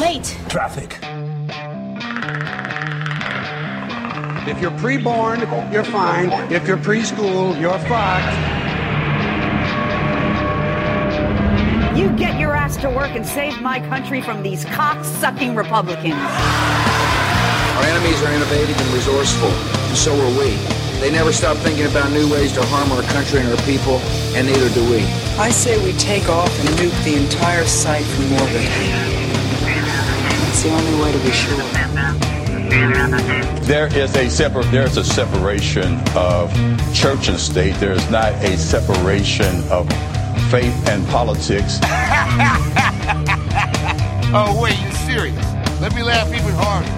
late. Traffic. If you're pre-born, you're fine. If you're preschool, you're fucked. You get your ass to work and save my country from these cock-sucking Republicans. Our enemies are innovative and resourceful, and so are we. They never stop thinking about new ways to harm our country and our people, and neither do we. I say we take off and nuke the entire site from orbit. It's the only way to be sure. There is a separ- there is a separation of church and state. There is not a separation of faith and politics. Oh, wait, you're serious. Let me laugh even harder.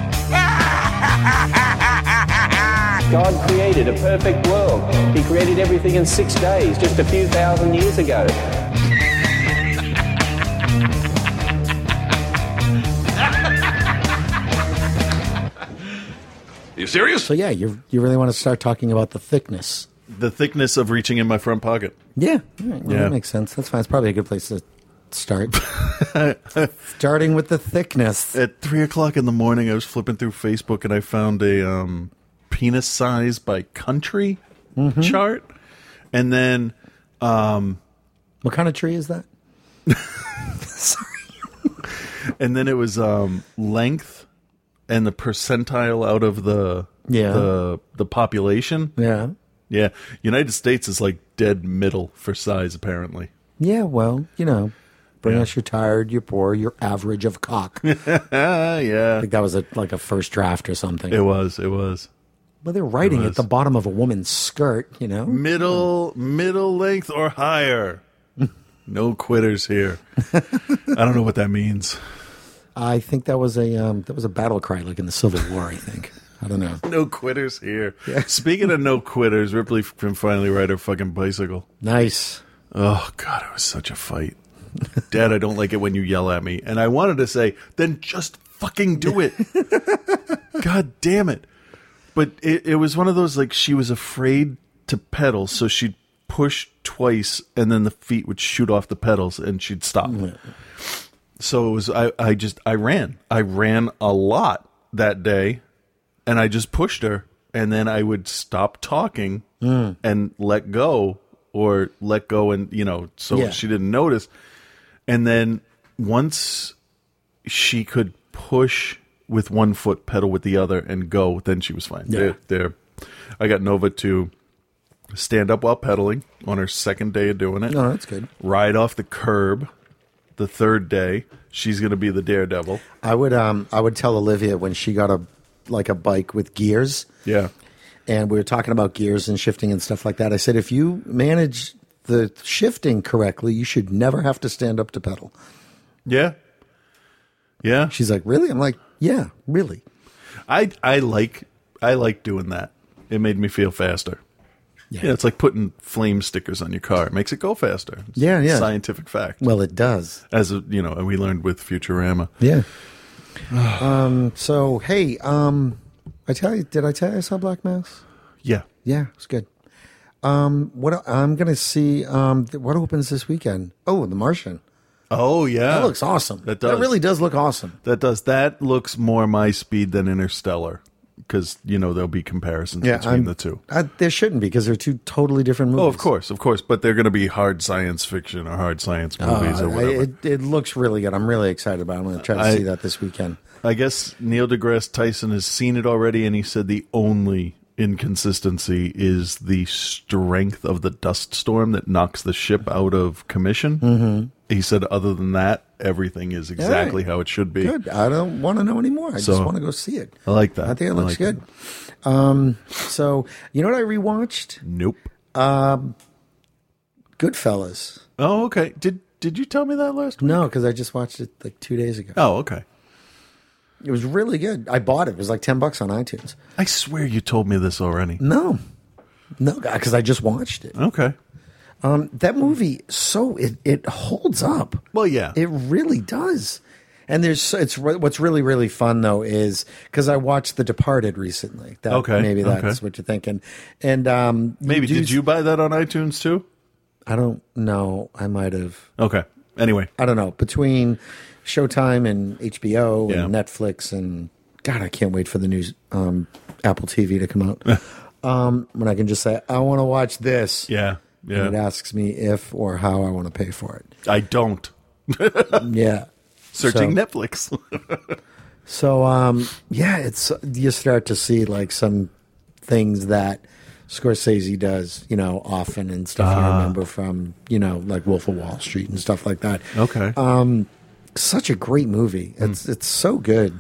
God created a perfect world. He created everything in six days, just a few thousand years ago. You serious? So yeah, you you really want to start talking about the thickness. The thickness of reaching in my front pocket. Yeah, all right, well, Yeah. that makes sense. That's fine. It's probably a good place to start. Starting with the thickness. At three o'clock in the morning, I was flipping through Facebook and I found a um, penis size by country chart, and then um, what kind of tree is that? Sorry. and then it was um, length and the percentile out of the Yeah. the the population. Yeah. Yeah, United States is like dead middle for size apparently. Yeah, well, you know, bring us your tired, your poor, your average of cock. Ah, yeah, I think that was a, like a first draft or something. It was. It was. Well, they're writing It at the bottom of a woman's skirt, you know. Mm. middle middle length or higher. no quitters here. I don't know what that means. I think that was a um, that was a battle cry, like in the Civil War. I think. I don't know. No quitters here. Speaking of no quitters, Ripley can finally ride her fucking bicycle. Nice. Oh god, it was such a fight. Dad, I don't like it when you yell at me. And I wanted to say, then just fucking do it. god damn it. But it, it was one of those like she was afraid to pedal, so she'd push twice and then the feet would shoot off the pedals and she'd stop. So it was I, I just I ran. I ran a lot that day and I just pushed her and then I would stop talking and let go or let go and you know so Yeah. she didn't notice. And then once she could push with one foot, pedal with the other, and go, then she was fine. Yeah. There, there. I got Nova to stand up while pedaling on her second day of doing it. No, that's good. Ride off the curb the third day. She's going to be the daredevil. I would um I would tell Olivia when she got a like a bike with gears, Yeah. and we were talking about gears and shifting and stuff like that. I said if you manage the shifting correctly, you should never have to stand up to pedal. Yeah. Yeah. She's like, really? I'm like, yeah, really. I, I like I like doing that. It made me feel faster. Yeah. it's like putting flame stickers on your car. It makes it go faster. It's Yeah, yeah. Scientific fact. Well, it does. As a, you know, we learned with Futurama. Yeah. um. So hey, um, I tell you, did I tell you I saw Black Mass? Yeah. Yeah, it's good. Um, what I'm gonna see. Um, th- what opens this weekend? Oh, The Martian. Oh yeah, That looks awesome. That does. That really does look awesome. That does. That looks more my speed than Interstellar, because you know there'll be comparisons between I'm- the two. I, there shouldn't because they're two totally different movies. Oh, of course, of course, but they're going to be hard science fiction or hard science Uh, movies or I- whatever. it, it looks really good. I'm really excited about. it. I'm gonna try to I- see that this weekend. I guess Neil deGrasse Tyson has seen it already, and he said the only inconsistency is the strength of the dust storm that knocks the ship out of commission. Mm-hmm. He said, other than that, everything is exactly how it should be. Good. I don't want to know anymore. I just So- want to go see it. I like that. I think it I looks like good. that. Um, so you know what I rewatched? Nope. Goodfellas. Oh, okay. Did did you tell me that last week? No, because I just watched it like two days ago. Oh, okay. It was really good. I bought it. It was like ten bucks on iTunes. I swear you told me this already. No, no, because I just watched it. Okay. Um, that movie, so it it holds up. Well, yeah. It really does. And there's so- it's re- what's really really fun though is because I watched The Departed recently. That, Okay, maybe that's okay. what you're thinking. And um, Maybe do did you buy that on iTunes too? I don't know. I might have. Okay. Anyway, I don't know between Showtime and HBO and Yeah. Netflix and God, I can't wait for the new um, Apple TV to come out. um, when I can just say I want to watch this, yeah, and it yeah. asks me if or how I want to pay for it. I don't Yeah, searching So- Netflix. So um, yeah, it's you start to see like some things that Scorsese does, you know, often and stuff Ah. I remember from you know like Wolf of Wall Street and stuff like that. Um, okay, Hmm. Such a great movie. It's it's so good.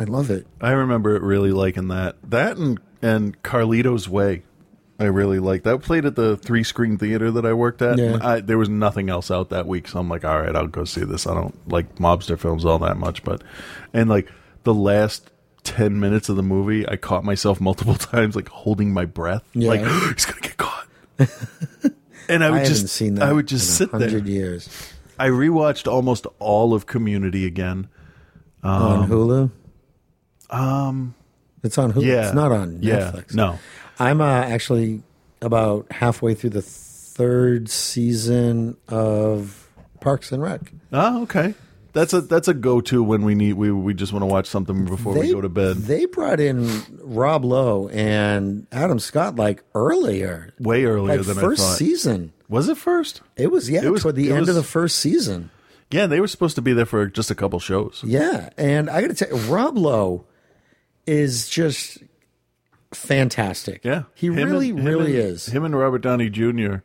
I love it. I remember it really liking that. That and and Carlito's Way, I really liked that. Played at the three screen theater that I worked at. Yeah. and I, there was nothing else out that week, so I'm like, all right, I'll go see this. I don't like mobster films all that much, but and like the last. 10 minutes of the movie, I caught myself multiple times, like holding my breath. Yeah. Like, he's going to get caught. and I I would haven't just, seen that. I would just in sit there. hundred years I rewatched almost all of Community again. on Hulu. Um, it's on Hulu. um, Yeah. It's not on yeah, Netflix. No. I'm uh, actually about halfway through the third season of Parks and Rec. Oh, okay. That's a that's a go to when we need we we just want to watch something before we go to bed. They brought in Rob Lowe and Adam Scott like earlier, Way earlier like Oh, than first I thought. season. Was it first? It was yeah It was- toward the it end was- of the first season. Yeah, they were supposed to be there for just a couple shows. Yeah, and I got to tell you, Rob Lowe is just fantastic. Yeah, he Him and- really, him really and- is. Him and Robert Downey Jr.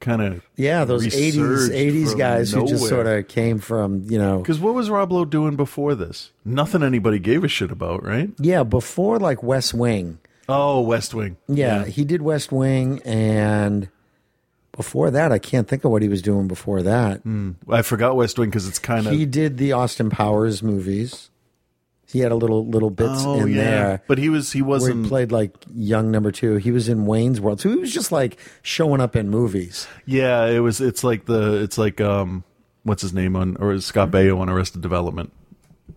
kind of yeah, those eighties, eighties guys who just sort of came from you know. because what was Rob Lowe doing before this? Nothing anybody gave a shit about, right? Yeah, before like West Wing. Oh, West Wing. Yeah, he did West Wing, and before that, I can't think of what he was doing before that. I forgot West Wing because it's kind of He did the Austin Powers movies. He had a little little bits oh in yeah, there. but he was he where wasn't he played like young number two. He was in Wayne's World, so he was just like showing up in movies. Yeah, it was. It's like the. It's like um, what's his name on or is Scott Baio on Arrested Development?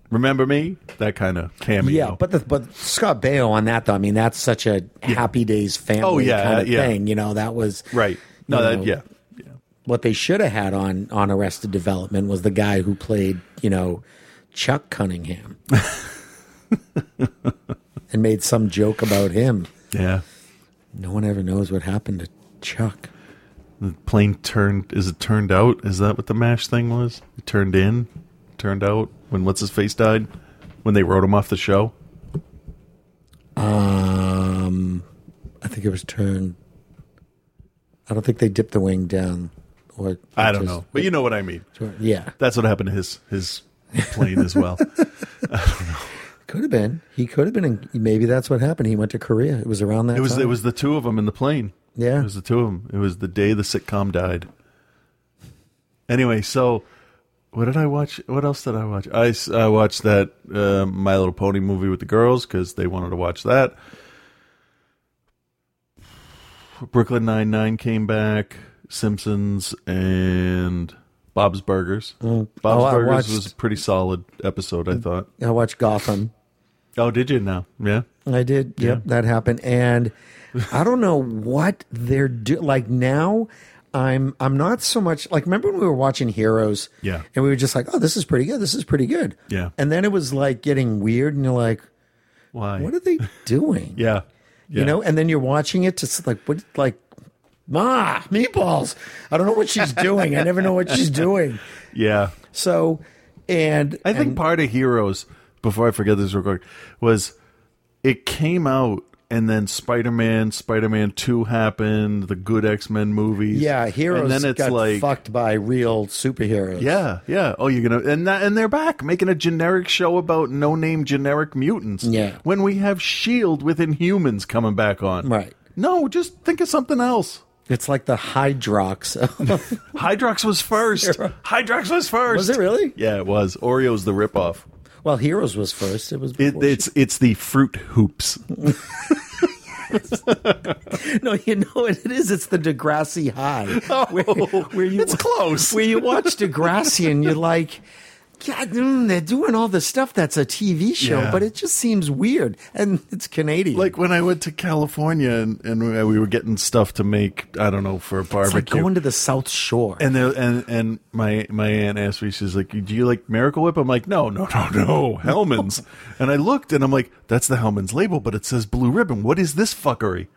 Remember me? That kind of cameo. Yeah, but the, but Scott Baio on that though. I mean, that's such a Happy Days family Oh, yeah, kind of yeah. thing. You know, that was right. No, you that know, yeah, yeah. What they should have had on on Arrested Development was the guy who played you know Chuck Cunningham, and made some joke about him. yeah. No one ever knows what happened to Chuck. The plane turned. Is it turned out? Is that what the mash thing was? It turned in, turned out. When what's his face died, when they wrote him off the show. Um, I think it was turned. I don't think they dipped the wing down, or I don't just- know, but you know what I mean. Yeah, That's what happened to his his plane as well. could have been. He could have been. In, maybe that's what happened. He went to Korea. It was around that. It was Time. it was the two of them in the plane. Yeah. it was the two of them. It was the day the sitcom died. Anyway, so what did I watch? What else did I watch? I, s- I watched that uh, My Little Pony movie with the girls because they wanted to watch that. Brooklyn Nine Nine came back, Simpsons, and Bob's Burgers. Bob's Oh, I Burgers watched- Mm. was a pretty solid episode, I thought. I watched Gotham. Oh, did you now? Yeah. I did. Yep, that happened. And I don't know what they're do. Like now, I'm I'm not so much like. Remember when we were watching Heroes? Yeah. And we were just like, oh, this is pretty good. This is pretty good. Yeah. And then it was like getting weird, and you're like, Why? what are they doing? yeah. you Yeah. know and then you're watching it just like what like ma meatballs i don't know what she's doing i never know what she's doing Yeah. so and I think part of Heroes, before I forget this real quick, was it came out and then Spider Man, Spider Man Two happened, the good X Men movies. yeah heroes And then it's got like fucked by real superheroes Yeah, yeah. Oh, you're gonna and that, and they're back making a generic show about no name generic mutants. Yeah. When we have Shield E with Inhumans coming back on. Right. No, just think of something else. it's like the hydrox Hydrox was first. Hydrox was first. Was it really? Yeah, it was. Oreo's the ripoff. well heroes was first it was It, before it's it's the fruit hoops. she- no you know what it is it's the degrassi high Oh, where you it's close. where you watch degrassi and you're like God, mm, they're doing all the stuff that's a TV show, Yeah. but it just seems weird. And it's Canadian. Like when I went to California and, and we were getting stuff to make, I don't know, for a it's barbecue. like going to the South Shore. and there, and and my my aunt asked me, she's like, "Do you like Miracle Whip?" I'm like, "No, no, no, no, Hellman's." and I looked, and I'm like, "That's the Hellman's label, but it says Blue Ribbon. What is this fuckery?"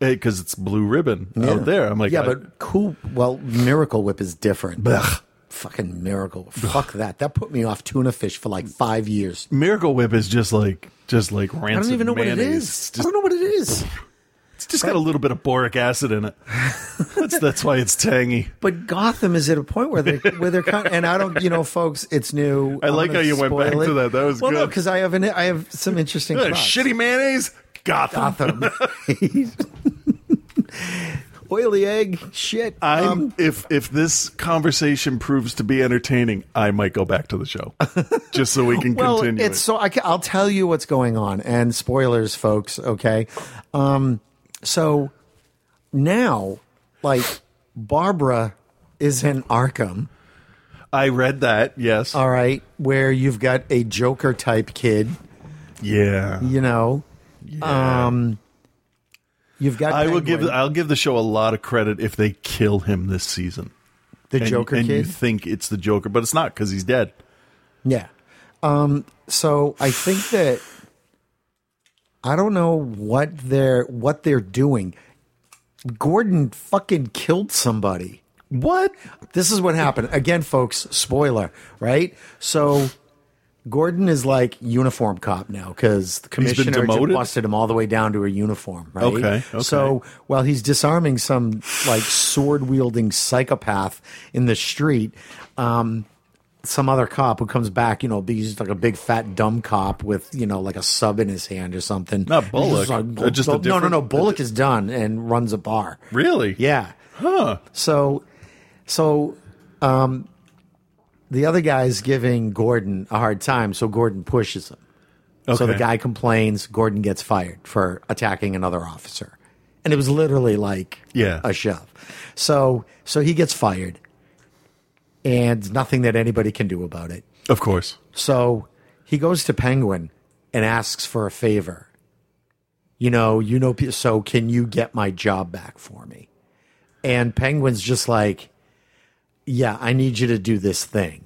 Because it's Blue Ribbon out there. I'm like, yeah, I- but cool. Well, Miracle Whip is different. Blech. Fucking Miracle. Fuck that. That put me off tuna fish for like five years. Miracle Whip is just like just like rancid I don't even know what it mayonnaise. is. It's I just, don't know what it is. it's just got a little bit of boric acid in it. that's that's why it's tangy. But Gotham is at a point where they where they're kind and I don't you know folks it's new. I I'm like gonna how you went spoil back to that. That was well, no, good. because I have an, I have some interesting Uh, thoughts. shitty mayonnaise. Gotham. Gotham. Oily egg, shit. I'm Um, if if this conversation proves to be entertaining, I might go back to the show just so we can well, continue. it's it. so I, ca- I'll tell you what's going on and spoilers, folks. Okay, um, so now like Barbara is in Arkham. I read that. Yes. All right, where you've got a Joker type kid, yeah. you know. Um, you've got. I will Penguin, give I'll give the show a lot of credit if they kill him this season. the And- Joker and you kid. think it's the Joker, but it's not because he's dead. Yeah. Um, so I think that I don't know what they're what they're doing. Gordon fucking killed somebody. What? This is what happened. Again, folks, spoiler, right? So Gordon is like uniform cop now because the been commissioner just demoted? busted him all the way down to a uniform, right? Okay, okay. So while he's disarming some like sword wielding psychopath in the street, um, some other cop who comes back, you know, he's like a big fat dumb cop with, you know, like a sub in his hand or something. Not And he's Bullock. just like, Uh, just a no, no, no. different- Bullock is done and runs a bar. Really? Yeah. Huh. So, so, um, the other guy's giving Gordon a hard time, so Gordon pushes him. So the Okay. guy complains. Gordon gets fired for attacking another officer, and it was literally like Yeah. a shove. So, so he gets fired, and nothing that anybody can do about it. Of course. So he goes to Penguin and asks for a favor. You know, you know, pe- so can you get my job back for me? And Penguin's just like, yeah, I need you to do this thing.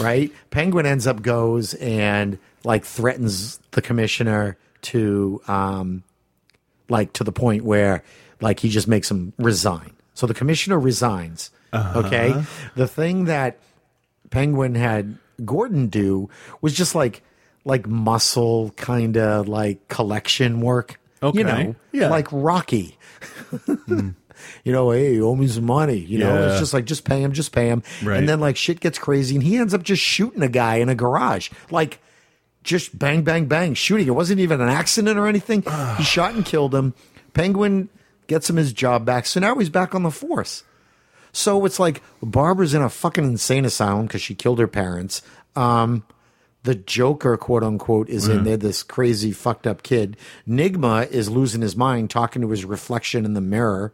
Right? Penguin ends up goes and like threatens the commissioner to, um, like to the point where like he just makes him resign. So the commissioner resigns. Uh-huh. Okay. The thing that Penguin had Gordon do was just like like muscle kind of like collection work. Okay. You know, Yeah. like Rocky. You know, hey, you owe me some money. You know, it's Yeah. just like just pay him, just pay him. Right. And then like shit gets crazy and he ends up just shooting a guy in a garage. Like just bang, bang, bang, shooting. It wasn't even an accident or anything. he shot and killed him. Penguin gets him his job back. So now he's back on the force. So it's like Barbara's in a fucking insane asylum because she killed her parents. Um, the Joker, quote unquote, is in there, this crazy, fucked up kid. Nigma is losing his mind, talking to his reflection in the mirror.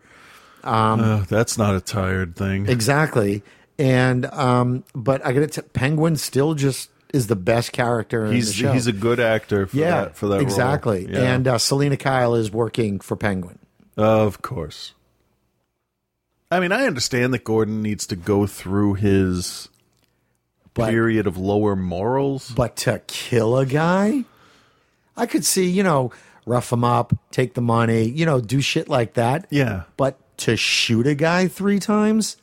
Uh, that's not a tired thing. Exactly. And um, but I gotta t- Penguin still just is the best character. in he's the show. he's a good actor for yeah that for that role. exactly. Yeah. And uh, Selena Kyle is working for Penguin. Of course. I mean, I understand that Gordon needs to go through his But period of lower morals. but to kill a guy, I could see you know rough him up, take the money, you know do shit like that. Yeah. But to shoot a guy three times,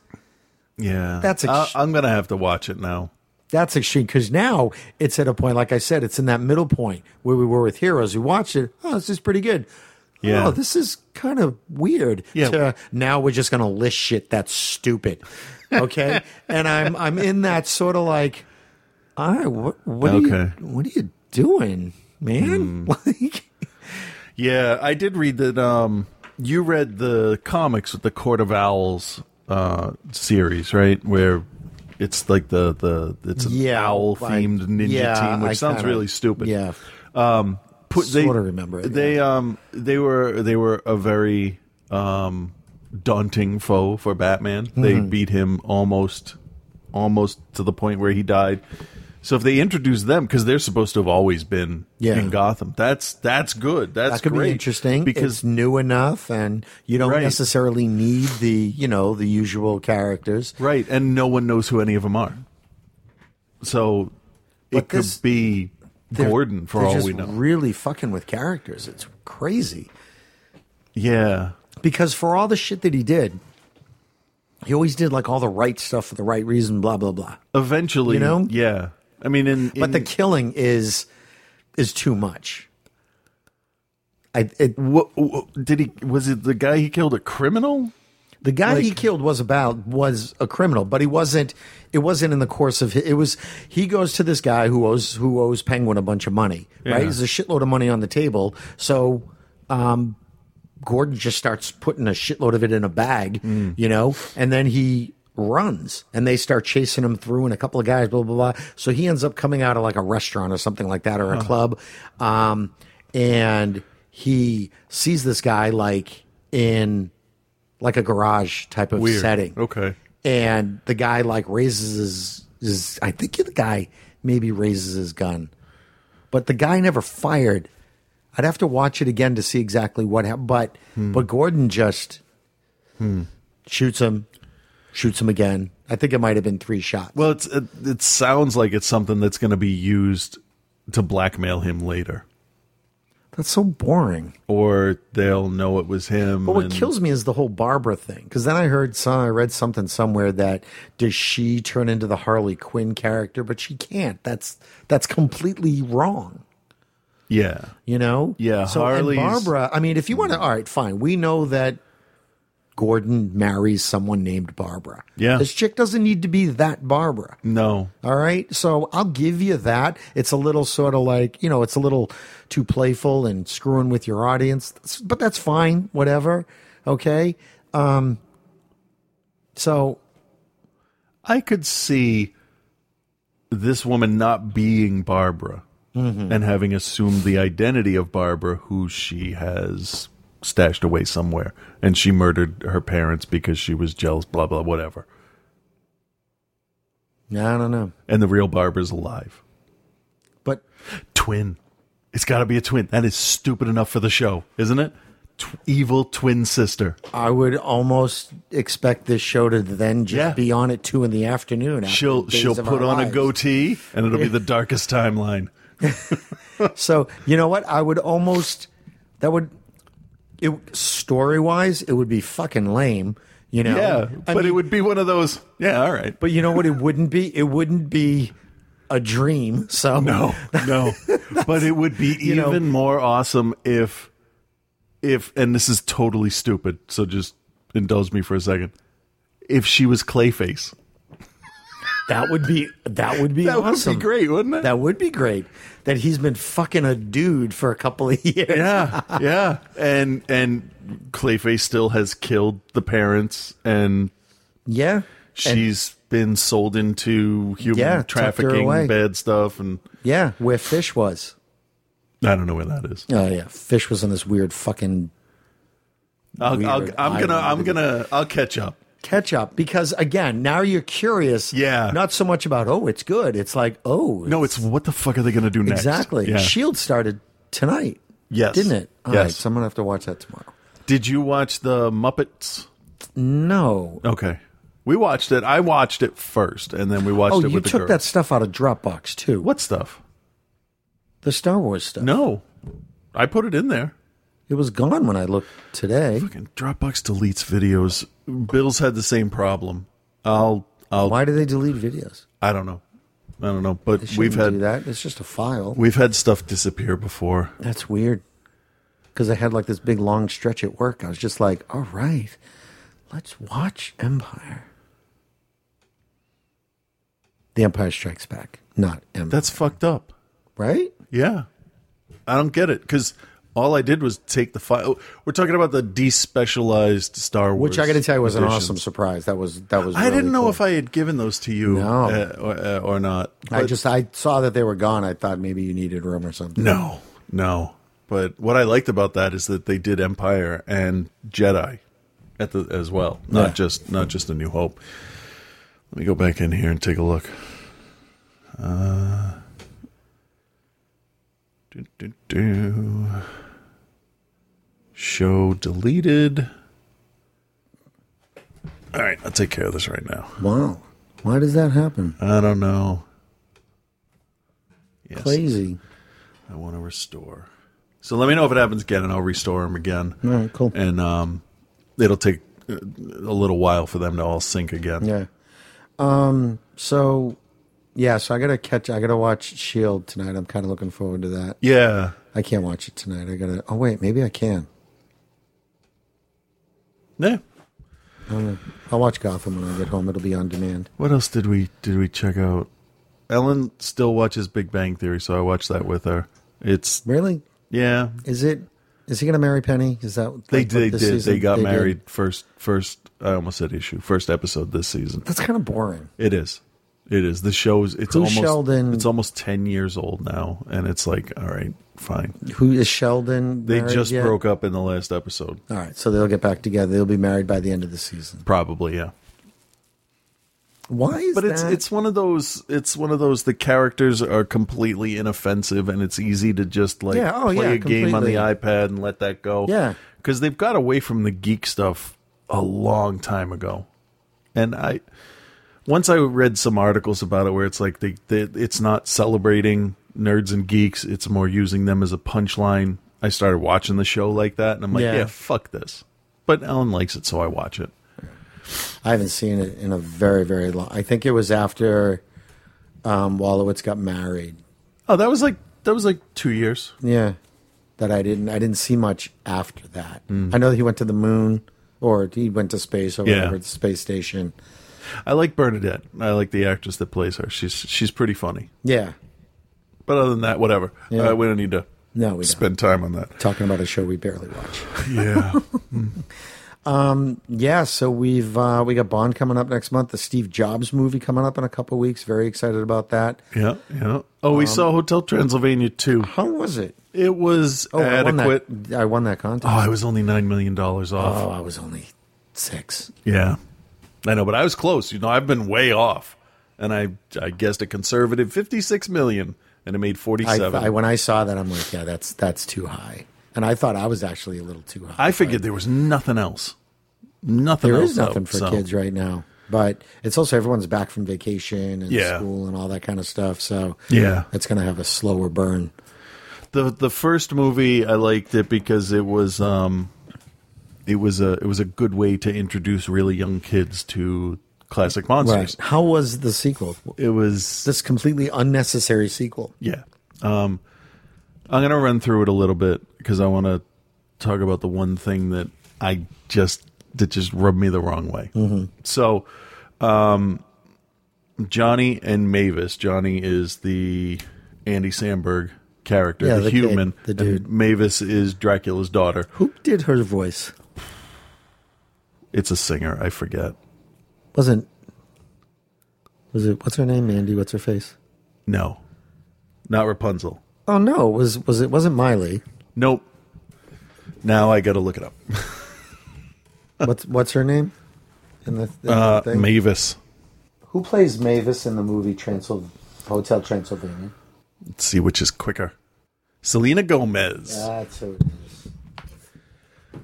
Yeah, That's ex- I, I'm gonna have to watch it now. that's extreme because now it's at a point, like I said, it's in that middle point where we were with Heroes. We watched it. Oh, this is pretty good. Yeah. Oh, this is kind of weird. Yeah. to- now we're just going to list shit that's stupid. Okay. and I'm I'm in that sort of like, all right, what what Okay. Hmm. are you what are you doing, man? Like, Yeah, I did read that. Um, you read the comics with the Court of Owls uh series, right? Where it's like the the it's an yeah, owl like- themed ninja yeah, team, which I sounds kinda- really stupid. Yeah. put they Sorta remember it, they um they were they were a very Mm-hmm. um daunting foe for Batman. They beat him almost almost to the point where he died. So if they introduce them, because they're supposed to have always been Yeah. in Gotham, that's that's good. That's that could great be interesting because it's new enough, and you don't Right. necessarily need the you know the usual characters. Right, and no one knows who any of them are. So it But could this- be They're- Gordon for they're all just we know. Really fucking with characters. It's crazy yeah. because for all the shit that he did, he always did like all the right stuff for the right reason. Blah blah blah. Eventually, You know? yeah. I mean, in, but the in- killing is is too much. I it, wha- wha- did he was it the guy he killed a criminal? the guy he Like- killed was about was a criminal, but he wasn't. It wasn't in the course of hi- it was. He goes to this guy who owes who owes Penguin a bunch of money, Yeah. right? There's a shitload of money on the table, so um, Gordon just starts putting a shitload of it in a bag, you know, and then he runs and they start chasing him through and a couple of guys blah blah blah so he ends up coming out of like a restaurant or something like that Uh-huh. or a club um and he sees this guy like in like a garage type of Weird. setting Okay. and the guy like raises his, his i think the guy maybe raises his gun but the guy never fired i'd have to watch it again to see exactly what happened but but gordon just Hmm. shoots him shoots him again i think it might have been three shots Well, it's it, it sounds like it's something that's going to be used to blackmail him later, that's so boring or they'll know it was him. But what and- kills me is the whole Barbara thing. Because then I heard some, I read something somewhere that does she turn into the Harley Quinn character? But she can't. That's that's completely wrong. Yeah, You know? Yeah, So and Harley's- Barbara. I mean, if you want to, all right, fine. We know that Gordon marries someone named Barbara. Yeah. This chick doesn't need to be that Barbara. no, All right. So I'll give you that. It's a little sort of like, you know, it's a little too playful and screwing with your audience, That's- but that's fine. Whatever. Okay. Um, so I could see this woman not being Barbara Mm-hmm. and having assumed the identity of Barbara, who she has stashed away somewhere, and she murdered her parents because she was jealous, blah, blah, whatever. I don't know. And the real Barbara's alive. But Twin. It's got to be a twin. That is stupid enough for the show, isn't it? Tw- evil twin sister. I would almost expect this show to then just Yeah. be on at two in the afternoon. after She'll Days she'll of put Our on a Lives. goatee, and it'll be the darkest timeline. So you know what? I would almost that would it story wise it would be fucking lame. You know, Yeah, I but it mean, would be one of those. Yeah, all right. But you know what? It wouldn't be. It wouldn't be a dream. So No, no. but it would be you even know- more awesome if, if, and this is totally stupid. So just indulge me for a second. If she was Clayface, that would be that would be That would be awesome. great, wouldn't it? That would be great. That he's been fucking a dude for a couple of years. yeah, yeah, and and Clayface still has killed the parents, and yeah. And- she's been sold into human Yeah, tucked her trafficking, away. bad stuff, and yeah, where Fish was. I don't know where that is. Oh yeah, Fish was on this weird fucking I'll, I'll, Weird. I'm I gonna, don't I'm know. gonna, I'll catch up. catch up because again, now you're curious. Yeah. Not so much about oh, it's good. It's like oh, No, it's what the fuck are they gonna do next? exactly. Yeah. Shield started tonight. Yes. Didn't it? All right, Yes. so I'm gonna have to watch that tomorrow. Did you watch the Muppets? No. Okay. We watched it. I watched it first, and then we watched Oh, it you with the took girls. that stuff out of Dropbox too. What stuff? The Star Wars stuff. No. I put it in there. It was gone when I looked today. Fucking Dropbox deletes videos. Bill's had the same problem. I'll I'll Why do they delete videos? I don't know. I don't know. They But shouldn't we've do had that. It's just a file. we've had stuff disappear before. That's weird. Because I had like this big long stretch at work. I was just like, all right, let's watch Empire. The Empire Strikes Back, not Empire. That's fucked up. right? Yeah. I don't get it cuz all I did was take the file. We're talking about the despecialized Star Wars. Which I got to tell you was an editions. awesome surprise. That was that was. I really didn't know cool. if I had given those to you No. uh, or, uh, or not. I but- just I saw that they were gone. I thought maybe you needed room or something. No, no. But what I liked about that is that they did Empire and Jedi at the as well, not Yeah. just not just A New Hope. Let me go back in here and take a look. Uh, do, do, do. Show deleted. All right, I'll take care of this right now. Wow. Why does that happen? I don't know. Yes, Crazy. I want to restore. So let me know if it happens again, and I'll restore them again. All right, cool. And um, it'll take uh, a little while for them to all sync again. Yeah. Um. So, yeah. So I gotta catch. I gotta watch Shield tonight. I'm kind of looking forward to that. Yeah. I can't watch it tonight. I gotta. Oh wait, maybe I can. Yeah. I'll watch Gotham when I get home. It'll be on demand. What else did we did we check out? Ellen still watches Big Bang Theory, so I watched that with her. It's Really? yeah. Is it? Is he gonna marry Penny? Is that They like, what they did this season- they got did? married first first I almost said issue first episode this season. That's kind of boring. It is. It is. The show's it's Who's almost Sheldon? it's almost 10 years old now and it's like all right, fine. Who is Sheldon? They married just yet? broke up in the last episode. All right, so they'll get back together. They'll be married by the end of the season. Probably, yeah. Why is But it's that? it's one of those it's one of those the characters are completely inoffensive and it's easy to just like Yeah, oh, play yeah, a game on the completely. iPad and let that go. Yeah. Cuz they've got away from the geek stuff a long time ago. And I once I read some articles about it where it's like they, they it's not celebrating nerds and geeks, it's more using them as a punchline. I started watching the show like that and I'm like, Yeah. yeah fuck this. But Ellen likes it so I watch it. I haven't seen it in a very very long. I think it was after um, Wallowitz got married. Oh, that was like that was like 2 years. Yeah, that I didn't. I didn't see much after that. I know that he went to the moon, or he went to space, or Yeah. whatever, the space station. I like Bernadette. I like the actress that plays her. She's she's pretty funny. Yeah. But other than that, whatever. Yeah. Uh, we don't need to No, we don't. spend time on that. Talking about a show we barely watch. Yeah. Yeah, so we've uh, we got Bond coming up next month. The Steve Jobs movie coming up in a couple weeks. Very excited about that. yeah. Yeah. Oh, we saw Hotel Transylvania too. How was it? It was adequate. Oh, I won that. I won that contest. Oh, I was only nine million dollars off. Oh, I was only six. Yeah. I know, but I was close. You know, I've been way off. And I I guessed a conservative fifty six million and it made forty I, seven. I when I saw that, I'm like, yeah, that's that's too high. And I thought I was actually a little too high. I figured there was nothing else. Nothing there else. is nothing out, for so- kids right now. But it's also everyone's back from vacation and Yeah. school and all that kind of stuff. So Yeah. it's going to have a slower burn. the the first movie I liked it because it was um it was a it was a good way to introduce really young kids to classic monsters. How was the sequel? It was This completely unnecessary sequel. yeah. Um I'm going to run through it a little bit cuz I want to talk about the one thing that I just that just rubbed me the wrong way. Mm-hmm. So um Johnny and Mavis. Johnny is the Andy Samberg character, Yeah, the, the kid, human. the and dude. Mavis is Dracula's daughter. Who did her voice? It's a singer. I forget. Wasn't was it? What's her name? Mandy. What's her face? No, not Rapunzel. Oh no, it was was it wasn't Miley? Nope. Now I got to look it up. What's what's her name? In the, in the Uh, thing? Mavis. Who plays Mavis in the movie Transylv- Hotel Transylvania? Let's see which is quicker. Selena Gomez. That's who it is.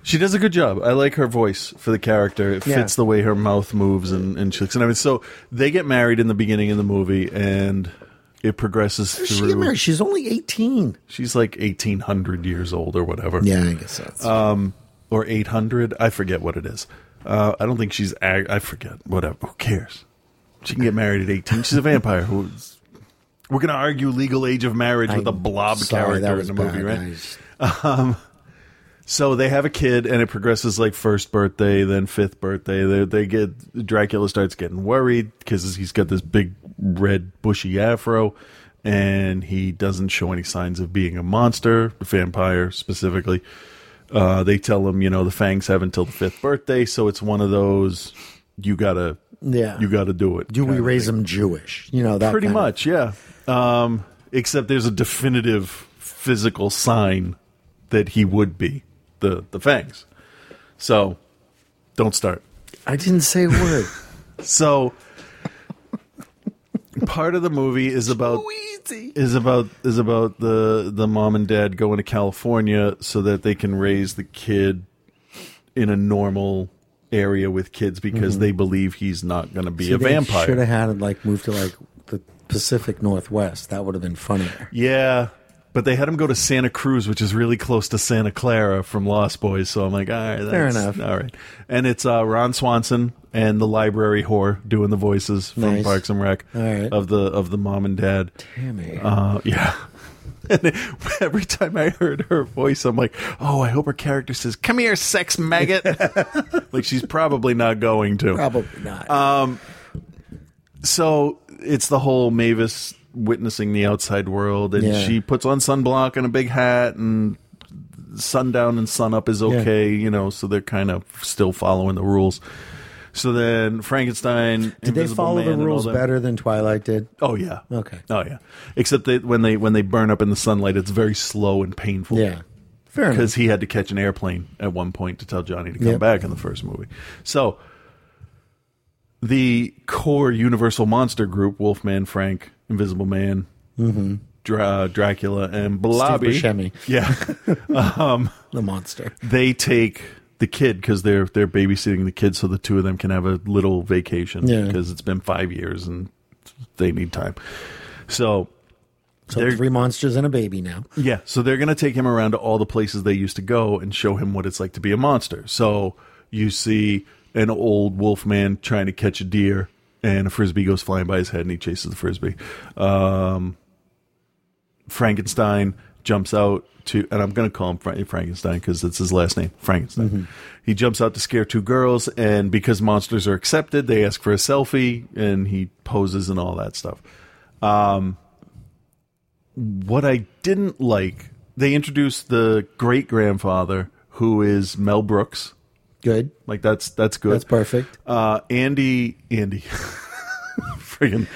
She does a good job. I like her voice for the character. It Yeah. fits the way her mouth moves and, and she looks and everything. So they get married in the beginning of the movie and it progresses She get through. married. She's only eighteen. She's like 1800 years old or whatever. Yeah, I guess that's Uh, or 800 i forget what it is uh, i don't think she's ag- i forget whatever who cares she can get married at 18 she's a vampire who's we're going to argue legal age of marriage with a blob character in the movie right so they have a kid, and it progresses like first birthday, then fifth birthday. They, they get Dracula starts getting worried because he's got this big red bushy afro, and he doesn't show any signs of being a monster, a vampire specifically. Uh, they tell him, you know, the fangs have until the fifth birthday, so it's one of those you gotta, Yeah. you gotta do it. Do we kinda raise thing. them Jewish? You know that Pretty kind of- much, yeah. Um, except there's a definitive physical sign that he would be the the fangs. So don't start. I didn't say a word. So good part of the movie is about is about is about the the mom and dad going to California so that they can raise the kid in a normal area with kids because they believe he's not going to be a vampire. Mm-hmm. Should have had it like moved to like the Pacific Northwest. That would have been funnier. Yeah. But they had him go to Santa Cruz, which is really close to Santa Clara from Lost Boys. So I'm like, all right, that's, Fair enough. All right, and it's uh, Ron Swanson and the library whore doing the voices from Nice. Parks and Rec All right. of the of the mom and dad. Damn it. Uh, yeah. And it- every time I heard her voice, I'm like, oh, I hope her character says, "Come here, sex maggot." like she's probably not going to. Probably not. Uh, So it's the whole Mavis witnessing the outside world, and Yeah. she puts on sunblock and a big hat, and sundown and sunup is okay, you know. So they're kind of still following the rules. So then Frankenstein Did they Invisible follow Man, the and all rules them- better than Twilight did? Oh yeah. Okay. Oh yeah. Except that when they when they burn up in the sunlight, it's very slow and painful. Yeah. Fair enough. Because he had to catch an airplane at one point to tell Johnny to come Yep. back in the first movie. So the core Universal monster group: Wolfman, Frank, Invisible Man, Dra- Dracula, and Blobby. Mm-hmm. Buscemi. Yeah, The monster. they take the kid because they're they're babysitting the kid so the two of them can have a little vacation Yeah. because it's been five years and they need time. So So They're- three monsters and a baby now. Yeah, so they're going to take him around to all the places they used to go and show him what it's like to be a monster. So you see an old wolf man trying to catch a deer, and a frisbee goes flying by his head, and he chases the frisbee. Um, Frankenstein jumps out to, and I'm going to call him Fra- Frankenstein because it's his last name, Frankenstein. He jumps out to scare two girls, and because monsters are accepted, they ask for a selfie, and he poses and all that stuff what I didn't like, they introduced the great grandfather who is Mel Brooks. Good. Like that's that's good. That's perfect. Uh, Andy, Andy, friggin',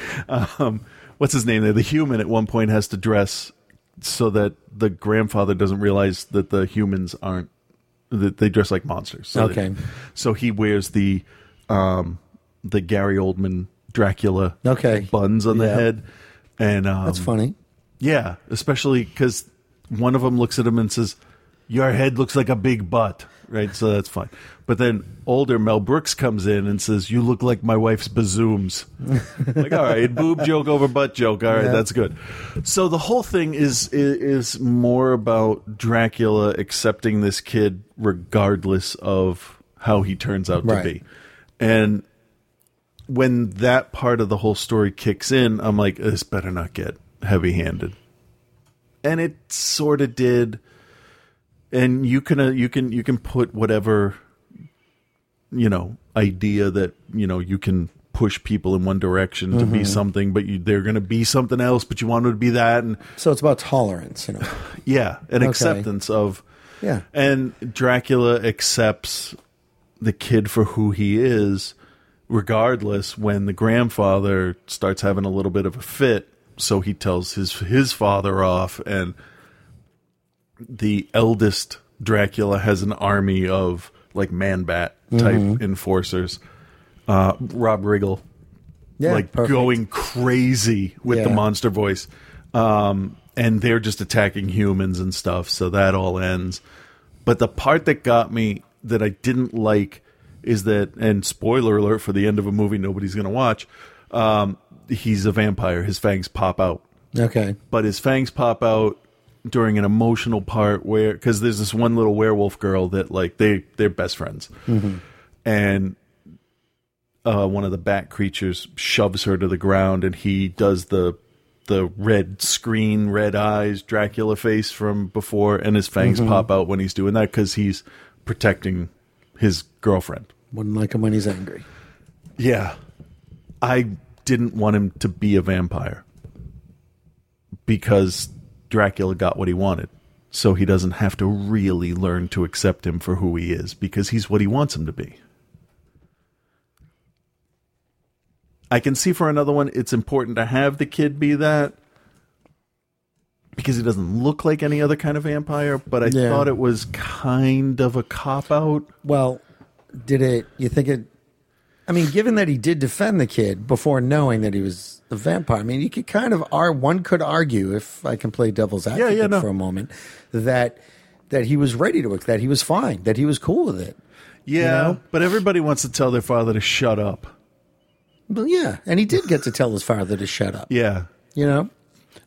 um, what's his name? There, the human at one point has to dress so that the grandfather doesn't realize that the humans aren't that they dress like monsters. So Okay. so he wears the um, the Gary Oldman Dracula Okay. buns on the Yeah. head, and um, That's funny. yeah, especially because one of them looks at him and says, "Your head looks like a big butt." Right, so that's fine. But then older Mel Brooks comes in and says, "You look like my wife's bazooms." like, all right, boob joke over butt joke. All right, Yeah. that's good. So the whole thing is, is is more about Dracula accepting this kid regardless of how he turns out Right. to be, and when that part of the whole story kicks in, I'm like, this better not get heavy handed. And it sort of did. And you can uh, you can you can put whatever you know idea that you know you can push people in one direction to Mm-hmm. be something, but you, they're going to be something else. But you want them to be that, and So it's about tolerance, you know. yeah, an Okay. acceptance of Yeah. and Dracula accepts the kid for who he is, regardless when the grandfather starts having a little bit of a fit, so he tells his his father off and the eldest Dracula has an army of like man bat type enforcers. Uh, Rob Riggle Yeah. like perfect. going crazy with the Yeah. monster voice. Um, and they're just attacking humans and stuff. So that all ends. But the part that got me that I didn't like is that, and spoiler alert for the end of a movie nobody's going to watch, um, he's a vampire. His fangs pop out Okay. but his fangs pop out during an emotional part where because there's this one little werewolf girl that like they they're best friends and uh, one of the bat creatures shoves her to the ground and he does the the red screen red eyes dracula face from before and his fangs pop out when he's doing that because he's protecting his girlfriend Wouldn't like him when he's angry. yeah. I didn't want him to be a vampire because Dracula got what he wanted. So he doesn't have to really learn to accept him for who he is because he's what he wants him to be. I can see for another one, it's important to have the kid be that because he doesn't look like any other kind of vampire, but I Yeah. thought it was kind of a cop out. Well, did it? You think it I mean, given that he did defend the kid before knowing that he was the vampire, I mean, you could kind of are one could argue if I can play devil's advocate yeah, no. for a moment that that he was ready to that he was fine, that he was cool with it. Yeah, You know? but everybody wants to tell their father to shut up. But yeah, and he did get to tell his father to shut up. Yeah. You know.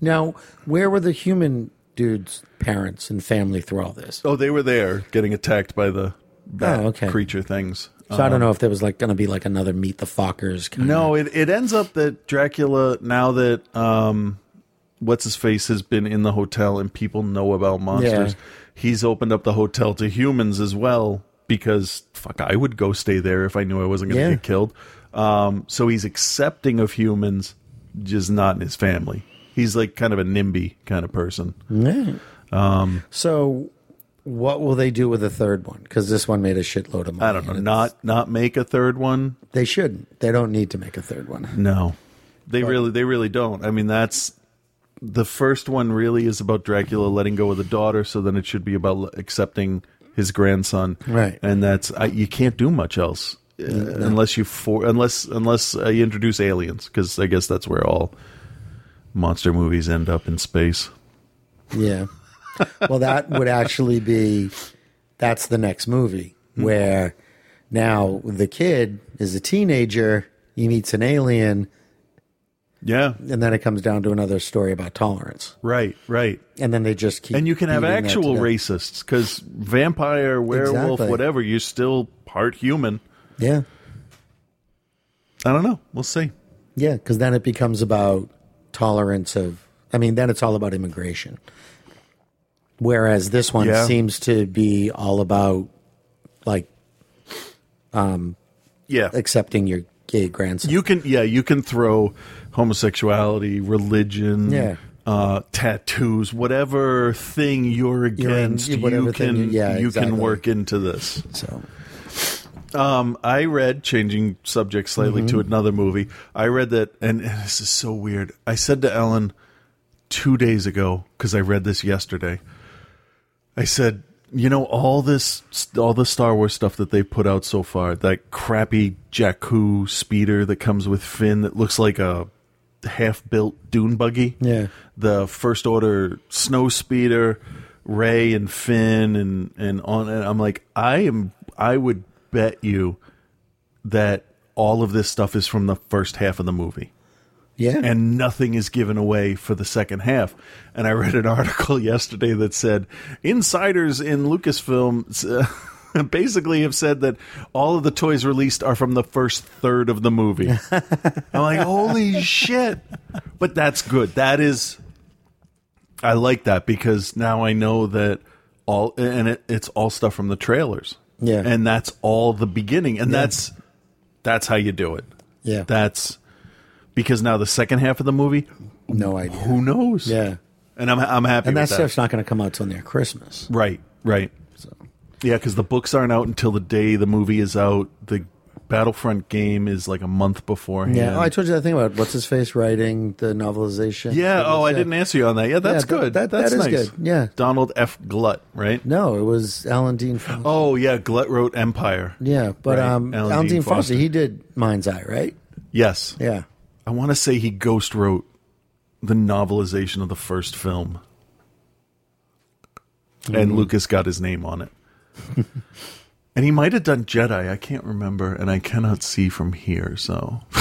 Now, where were the human dude's parents and family through all this? Oh, they were there getting attacked by the bat Oh, okay. Oh, creature things. So I don't know if there was like going to be like another Meet the Fockers. Kind No, it, it ends up that Dracula, now that um, what's his face has been in the hotel and people know about monsters, Yeah. he's opened up the hotel to humans as well because fuck, I would go stay there if I knew I wasn't going to Yeah. get killed. Um, so he's accepting of humans, just not in his family. He's like kind of a NIMBY kind of person. Um, so, what will they do with the third one? Because this one made a shitload of money. I don't know. and it's- Not not make a third one. they shouldn't. They don't need to make a third one. No, they really they really don't. I mean, that's the first one. Really, is about Dracula letting go of the daughter. So then it should be about l- accepting his grandson. Right. And that's I, you can't do much else uh, unless you for unless unless uh, you introduce aliens because I guess that's where all monster movies end up in space. Yeah. well, that would actually be. That's the next movie Hmm. where now the kid is a teenager. He meets an alien, Yeah. and then it comes down to another story about tolerance. Right. Right. And then they just keep And you can have beating that to actual death. racists because vampire, werewolf, Exactly. whatever, you're still part human. Yeah, I don't know. We'll see. yeah, because then it becomes about tolerance of. I mean, then it's all about immigration. Whereas this one Yeah. seems to be all about like Yeah. accepting your gay grandson. You can, yeah, you can throw homosexuality, religion, Yeah. uh, tattoos, whatever thing you're against, you whatever thing can, you- yeah, you exactly. can work into this. Um, so I read, changing subject slightly Mm-hmm. to another movie, I read that, and, and this is so weird. I said to Ellen two days ago, because I read this yesterday, I said, you know, all this, all the Star Wars stuff that they put out so far, that crappy Jakku speeder that comes with Finn that looks like a half built dune buggy. Yeah. The First Order snow speeder, Ray and Finn and and on and I'm like, I am I would bet you that all of this stuff is from the first half of the movie yeah, and nothing is given away for the second half. And I read an article yesterday that said insiders in Lucasfilm uh, basically have said that all of the toys released are from the first third of the movie. I'm like, holy shit! But that's good. That is, I like that because now I know that all and it, it's all stuff from the trailers. Yeah. and that's all the beginning, and that's that's how you do it. yeah. That's because now the second half of the movie, no idea. who knows? Yeah, and I'm I'm happy. and that with that stuff's not going to come out till near Christmas. right, right. Yeah, because the books aren't out until the day the movie is out. The Battlefront game is like a month beforehand. Yeah. Oh, I told you that thing about what's his face writing the novelization. yeah. It Oh, was, I uh, didn't answer you on that. Yeah, that's that- good. that- that's that is nice. good. Yeah. Donald F. Glut, right? No, it was Alan Dean. Foster. Oh yeah, Glut wrote Empire. yeah, but Right. um, Alan, Dean, Foster. he did Mind's Eye, right? Yes. Yeah. I want to say he ghost wrote the novelization of the first film. And Lucas got his name on it. and he might have done Jedi. I can't remember. And I cannot see from here. So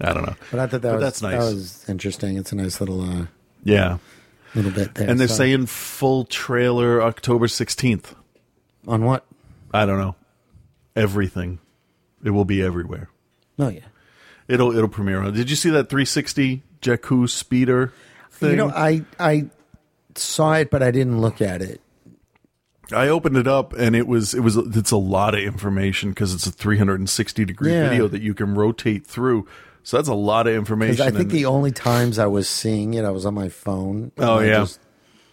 I don't know. But I thought that But was that's nice. That was interesting. It's a nice little uh, Yeah. little bit there. And they're So- saying full trailer October 16th. on what? I don't know. Everything. It will be everywhere. No, Oh, yeah. It'll it'll premiere on. Did you see that 360 Jakku speeder thing? You know, I I saw it, but I didn't look at it. I opened it up and it was it was it's a lot of information because it's a 360 degree Yeah. video that you can rotate through. So that's a lot of 'Cause information. I think and the only times I was seeing it, I was on my phone. and oh I yeah, just-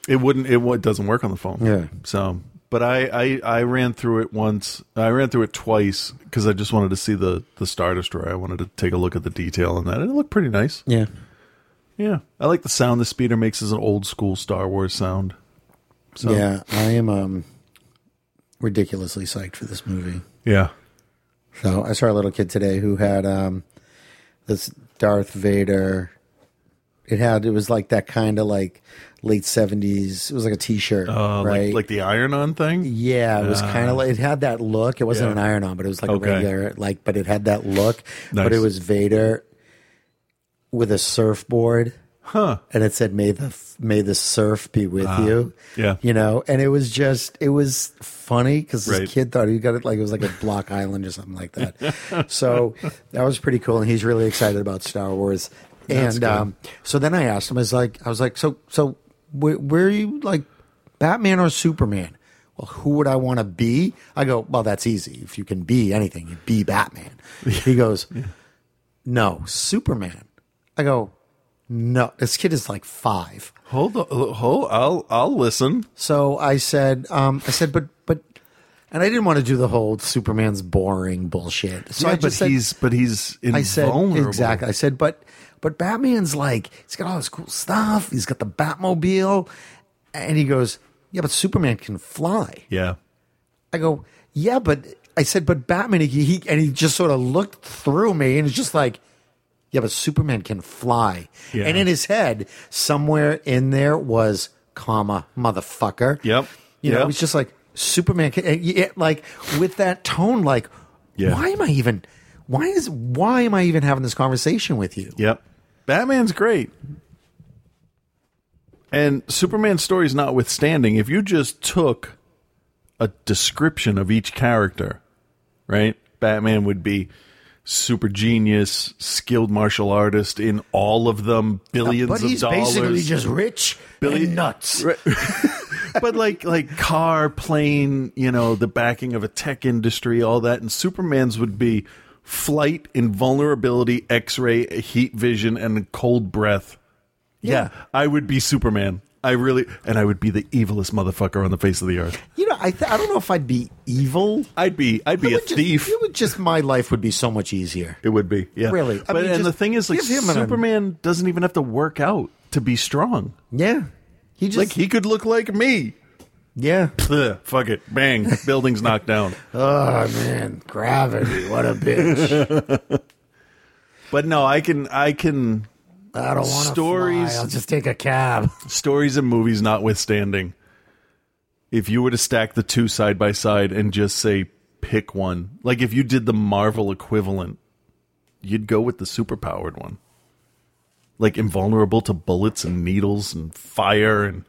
it wouldn't it, wa- it doesn't work on the phone. Yeah. So, but I I, I ran through it once. I ran through it twice because I just wanted to see the the star destroyer. I wanted to take a look at the detail on that. It looked pretty nice. yeah. Yeah, I like the sound the speeder makes is an old school Star Wars sound. So, Yeah, I am um ridiculously psyched for this movie. Yeah. So I saw a little kid today who had um, this Darth Vader. It had it was like that kind of like late seventies. It was like a T-shirt, Uh, right? like, like the iron on thing? Yeah, it was kind of like it had that look. It wasn't Um, Yeah. an iron on, but it was like Okay. a regular like but it had that look. But it Nice. was Vader with a surfboard. Huh. And it said may the f- may the surf be with you. Ah, yeah. You know, and it was just it was funny cuz this Right. kid thought he got it like it was like a block island or something like that. so that was pretty cool and he's really excited about Star Wars. And um so then I asked him I was like I was like so so where, where are you like Batman or Superman? Well, who would I want to be? I go, well, that's easy. If you can be anything, you be Batman. He goes, no, Superman. I go, no. This kid is like five. Hold on, hold. I'll I'll listen. So I said, um, I said, but, but, and I didn't want to do the whole Superman's boring bullshit. So I yeah, just but said- he's but he's I said invulnerable. exactly. I said, but but Batman's like he's got all this cool stuff. He's got the Batmobile, and he goes, yeah, but Superman can fly. Yeah, I go, yeah, but I said, but Batman, he, he and he just sort of looked through me and it's just like, yeah, but Superman can fly. Yeah. And in his head, somewhere in there was comma motherfucker. Yep. You know, Yep. it was just like Superman, can, and yet, like with that tone, like, Yeah. why am I even? Why is why am I even having this conversation with you? yep. Batman's great, and Superman's stories notwithstanding, if you just took a description of each character, right? Batman would be super genius, skilled martial artist in all of them, billions Uh, But of he's dollars. basically just rich Billy- and nuts. but like like car, plane, you know, the backing of a tech industry, all that, and Superman's would be flight, invulnerability, X-ray, heat vision, and cold breath. Yeah, I would be Superman. I really, and I would be the evilest motherfucker on the face of the earth. You know, I th- I don't know if I'd be evil. I'd be, I'd be It a would just- thief. it would just my life would be so much easier. It would be, yeah, Really. I but mean, and just the thing is, like, give him an- Superman doesn't even have to work out to be strong. Yeah. He just like he could look like me. yeah. Ugh, fuck it, bang, building's knocked down. Oh man, gravity, what a bitch. But no, I can, I can. I don't want to Stories- I'll just take a cab. stories and movies notwithstanding, if you were to stack the two side by side and just say pick one, like if you did the Marvel equivalent, you'd go with the superpowered one. Like invulnerable to bullets and needles and fire and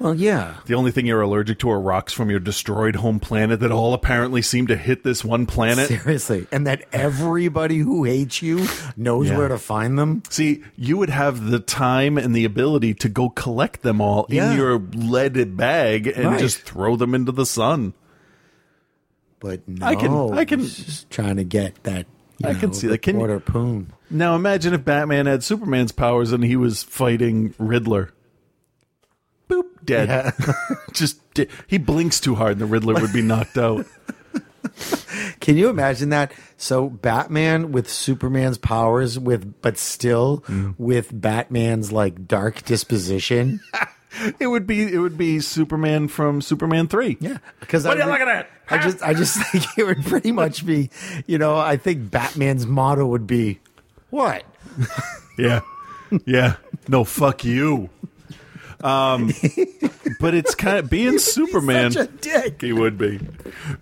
Well, yeah. the only thing you're allergic to are rocks from your destroyed home planet that all apparently seem to hit this one planet. Seriously, and that everybody who hates you knows Yeah. where to find them. See, you would have the time and the ability to go collect them all Yeah. in your leaded bag and Right. just throw them into the sun. But no, I can- I can- he's just trying to get that. You I can know, see that. Can- quarter poon. Now imagine if Batman had Superman's powers and he was fighting Riddler. Boop, dead. Just di- he blinks too hard and the Riddler would be knocked out. Can you imagine that? So Batman with Superman's powers, with but still Mm. with Batman's like dark disposition. It would be it would be Superman from Superman 3. Yeah, because What I are you would- looking at? I just, I just think it would pretty much be, you know, I think Batman's motto would be, "What?" Yeah. Yeah. No, fuck you. Um but it's kind of being Superman Such a dick. He would be.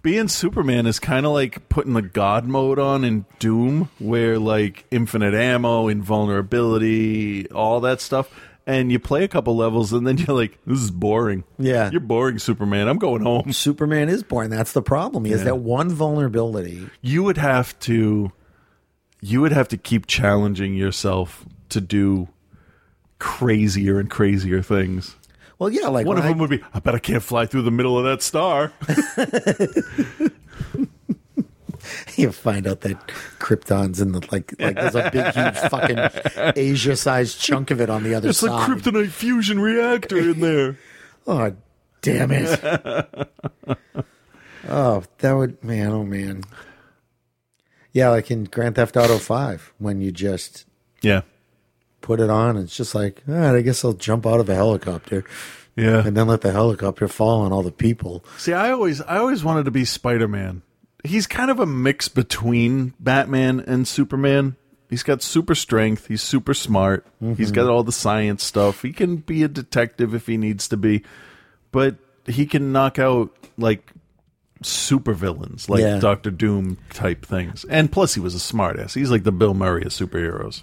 Being Superman is kind of like putting the God mode on in Doom, where like infinite ammo, invulnerability, all that stuff. And you play a couple levels, and then you're like, "This is boring." Yeah. you're boring, Superman. I'm going home. Superman is born. That's the problem. He has that one vulnerability. You would have to, you would have to keep challenging yourself to do crazier and crazier things. Well, yeah, like One when of I- them would be, "I bet I can't fly through the middle of that star." you find out that Krypton's in the like, like there's a big, huge fucking Asia-sized chunk of it on the other It's a side. kryptonite fusion reactor in there. oh, damn it! oh, that would man. Oh man. Yeah, like in Grand Theft Auto Five, when you just Yeah, put it on. And it's just like, all right, I guess I'll jump out of a helicopter yeah. and then let the helicopter fall on all the people. See, I always I always wanted to be Spider Man. he's kind of a mix between Batman and Superman. He's got super strength. He's super smart. He's got all the science stuff. He can be a detective if he needs to be, but he can knock out like super villains, like Yeah. Doctor Doom type things. And plus, he was a smartass. He's like the Bill Murray of superheroes.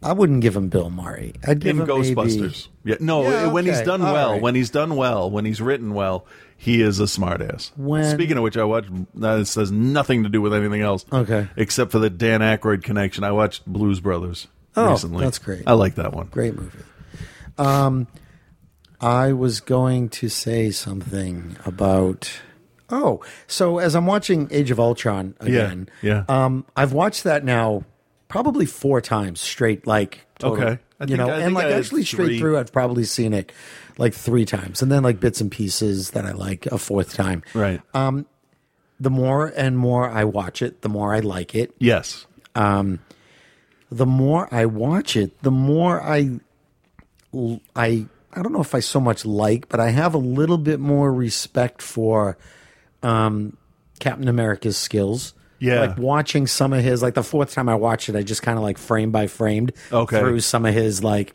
I wouldn't give him Bill Murray. I'd give In him maybe- Ghostbusters, yeah, no. Yeah, When he's okay. done All well, right. when he's done well, when he's written well, he is a smartass. When- Speaking of which, I watched. That this has nothing to do with anything else. Okay. except for the Dan Aykroyd connection. I watched Blues Brothers Oh, recently. that's great. I like that one. Great movie. Um, I was going to say something about. Oh, so as I'm watching Age of Ultron again, yeah. Um, I've watched that now probably four times straight, like total, Okay. I you think- know, I and think like I had actually three. straight through, I've probably seen it like three times, and then like bits and pieces that I like a fourth time. Right. Um, The more and more I watch it, the more I like it. yes. the more I watch it, the more I, I, I don't know if I so much like, but I have a little bit more respect for um, Captain America's skills. Yeah. like watching some of his, like the fourth time I watched it, I just kind of like frame by framed Okay. through some of his, like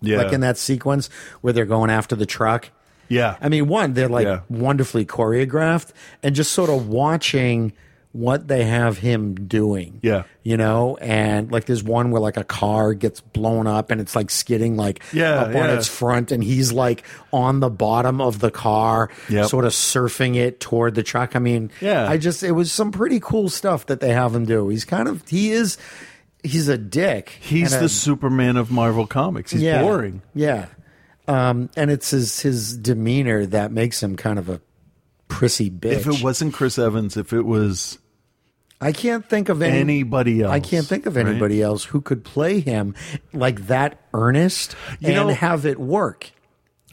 Yeah. like in that sequence where they're going after the truck. Yeah. I mean, one, they're like Yeah. wonderfully choreographed and just sort of watching what they have him doing. Yeah. You know, and like there's one where like a car gets blown up and it's like skidding like Yeah, up on yeah. its front and he's like on the bottom of the car, Yep. sort of surfing it toward the truck. I mean, Yeah. I just, it was some pretty cool stuff that they have him do. He's kind of, he is, he's a dick. he's and the a- Superman of Marvel Comics. He's boring. yeah. Um, and it's his his demeanor that makes him kind of a prissy bitch. If it wasn't Chris Evans, if it was I can't think of any, anybody else, I can't think of right? anybody else who could play him like that earnest You and know- have it work.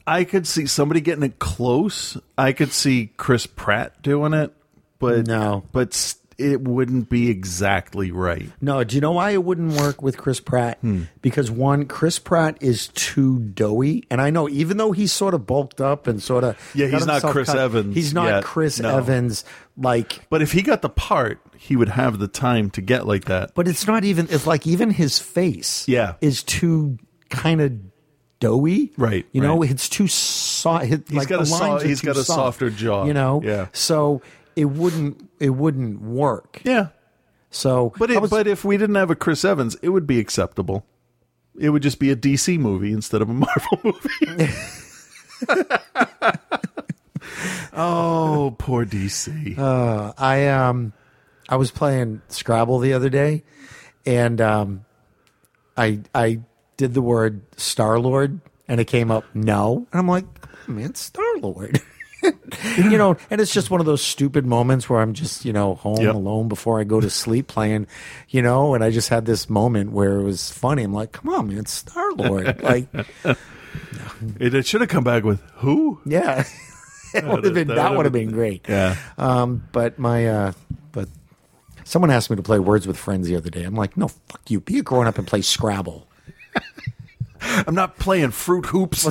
I could see somebody getting it close. I could see Chris Pratt doing it, but No. but s- it wouldn't be exactly right. No, do you know why it wouldn't work with Chris Pratt? Hmm. Because one, Chris Pratt is too doughy, and I know even though he's sort of bulked up and sort of Yeah, got he's not himself Chris Evans He's not yet. Chris No. Evans like But if he got the part, he would have the time to get like that. but it's not even it's like even his face Yeah. is too kind of doughy Right, you know right. it's too soft he's got a so- he's got a softer jaw. you know Yeah. so it wouldn't it wouldn't work Yeah, so but I it, was- but if we didn't have a Chris Evans, it would be acceptable. It would just be a DC movie instead of a Marvel movie. oh, poor DC. Uh, I um I was playing Scrabble the other day and um I I did the word Star Lord and it came up no and I'm like man Star Lord you know and it's just one of those stupid moments where I'm just you know home Yep. alone before I go to sleep playing you know and I just had this moment where it was funny I'm like come on man Star Lord like it, it should have come back with who? yeah it would have been that that would've would have been- been great Yeah. Um, but my uh, but someone asked me to play Words with Friends the other day. I'm like, no, fuck you. Be a grown up and play Scrabble. I'm not playing Fruit Hoops.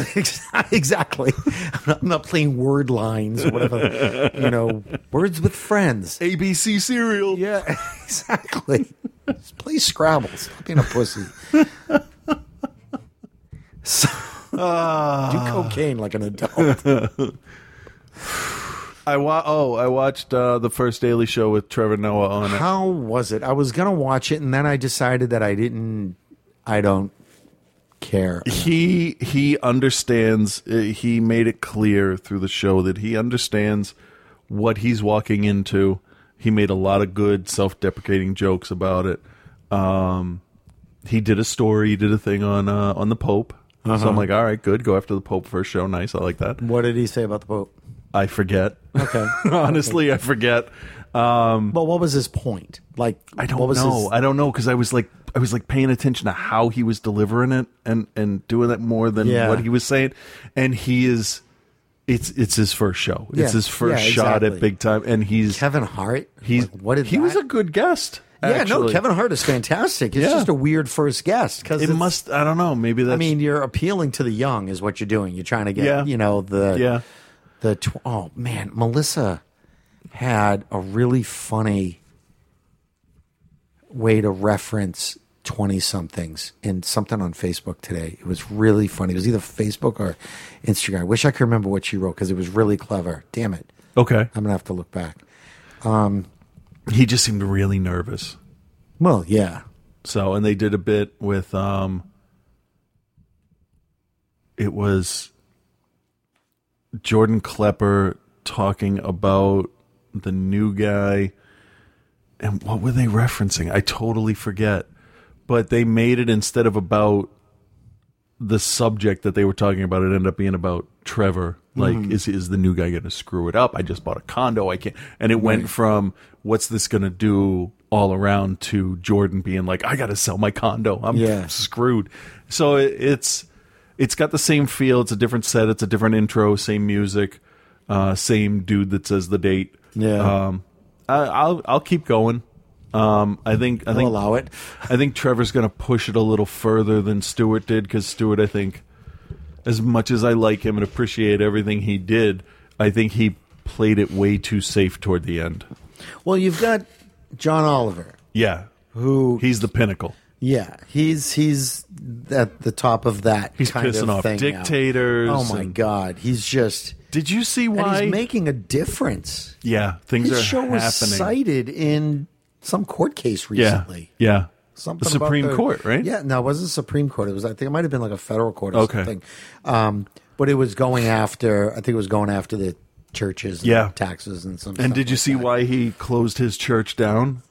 exactly. I'm not, I'm not playing word lines or whatever. you know, Words with Friends. ABC cereal. Yeah, exactly. Just play Scrabble. Stop being a pussy. So, do cocaine like an adult. I wa- oh, I watched uh, the first Daily Show with Trevor Noah on it. How was it? I was gonna watch it, and then I decided that I didn't. I don't care. He he understands. uh, He made it clear through the show that he understands what he's walking into. He made a lot of good self-deprecating jokes about it. Um, he did a story. He did a thing on uh, on the Pope. So I'm like, all right, good. Go after the Pope for a show. Nice. I like that. What did he say about the Pope? I forget. Okay. Honestly, I forget. Um, But what was his point? Like, I what don't was know. his- I don't know because I was like I was like paying attention to how he was delivering it and and doing that more than Yeah. what he was saying. And he is it's it's his first show. Yeah. It's his first Yeah, shot at exactly. big time and he's Kevin Hart. he's Like, what did he was a that- good guest. yeah? No, actually. Kevin Hart is fantastic. It's Yeah. just a weird first guest because It must I don't know, maybe that's I mean, you're appealing to the young, is what you're doing. You're trying to get, Yeah. you know, the yeah. the. Tw- oh man, Melissa. had a really funny way to reference 20 somethings in something on Facebook today. It was really funny. It was either Facebook or Instagram. I wish I could remember what she wrote because it was really clever. Damn it. Okay. I'm going to have to look back. He just seemed really nervous. Well, yeah. So, and they did a bit with um it was Jordan Klepper talking about the new guy and what were they referencing? I totally forget. But they made it instead of about the subject that they were talking about, it ended up being about Trevor. Like, Hmm. is is the new guy going to screw it up? I just bought a condo. I can't. And it went from what's this going to do all around to Jordan being like, I got to sell my condo. I'm Yeah. screwed. So it, it's it's got the same feel. It's a different set. It's a different intro. Same music. Uh, same dude that says the date. Yeah. Um, I, I'll I'll keep going. Um, I think I I'll think allow it. I think Trevor's going to push it a little further than Stewart did because Stewart, I think, as much as I like him and appreciate everything he did, I think he played it way too safe toward the end. Well, you've got John Oliver, Yeah, who he's the pinnacle. Yeah, he's he's at the top of that. He's kind pissing of off thing now. dictators Oh my and- god, he's just Did you see and why? he's making a difference. yeah, things His are show was happening. cited in some court case yeah, recently. yeah. Something the about Supreme the- Court, right? Yeah, no, it wasn't the Supreme Court. It was I think it might have been like a federal court or Okay. something. Um, but it was going after I think it was going after the churches, and Yeah. taxes and some. And did you see why he closed his church down?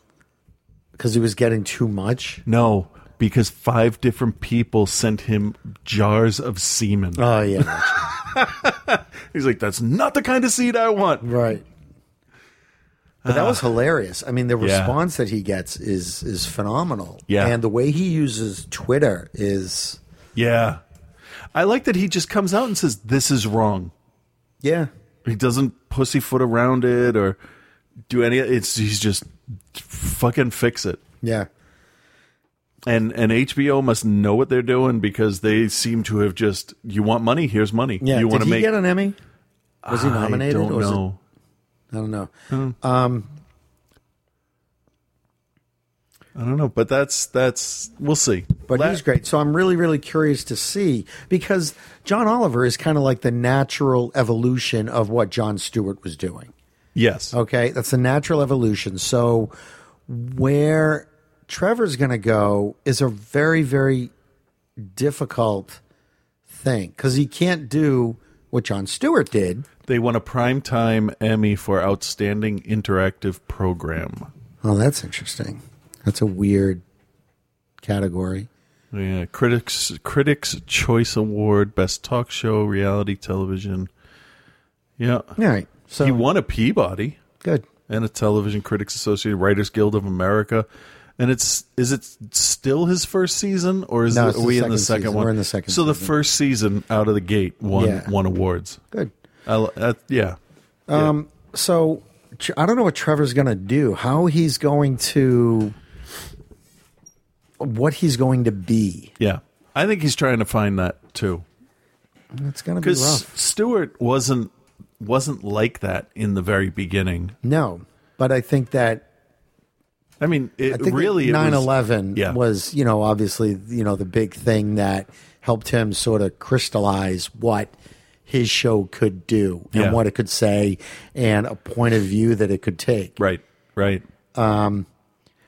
Because he was getting too much. No, because five different people sent him jars of semen. Oh yeah, He's like, that's not the kind of seed I want. Right. But that was hilarious. I mean, the Ah. Yeah. response that he gets is is phenomenal. Yeah. And the way he uses Twitter is Yeah. I like that he just comes out and says, this is wrong. yeah. He doesn't pussyfoot around it or do any it's he's just fucking fix it. Yeah. And and HBO must know what they're doing because they seem to have just you want money, here's money. Yeah. You want Did to make he get an Emmy? Was he nominated? I don't or was know. It, I don't know. I don't know, but that's that's we'll see. But La- he's great. So I'm really, really curious to see because John Oliver is kind of like the natural evolution of what John Stewart was doing. Yes. Okay, that's the natural evolution. So where Trevor's going to go is a very very difficult thing cuz he can't do what John Stewart did. They won a primetime Emmy for Outstanding Interactive Program. Oh, that's interesting. That's a weird category. Yeah, critics Critics Choice Award, Best Talk Show, Reality Television. Yeah, All right. So he won a Peabody good. and a Television Critics Association Writers Guild of America. And it's is it still his first season, or is No, it, it's are the we in the second second season. one? We're in the second So the season. first season out of the gate won Yeah. won awards. Good. I, li- uh, yeah, Um so Tr- I don't know what Trevor's going to do. How he's going to what he's going to be. yeah. I think he's trying to find that too. It's going to be because rough. Stewart wasn't wasn't like that in the very beginning. No. But I think that I mean, it I think really it was- 9/11 yeah. was, you know, obviously, you know, the big thing that helped him sort of crystallize what his show could do and Yeah. what it could say and a point of view that it could take. right, right.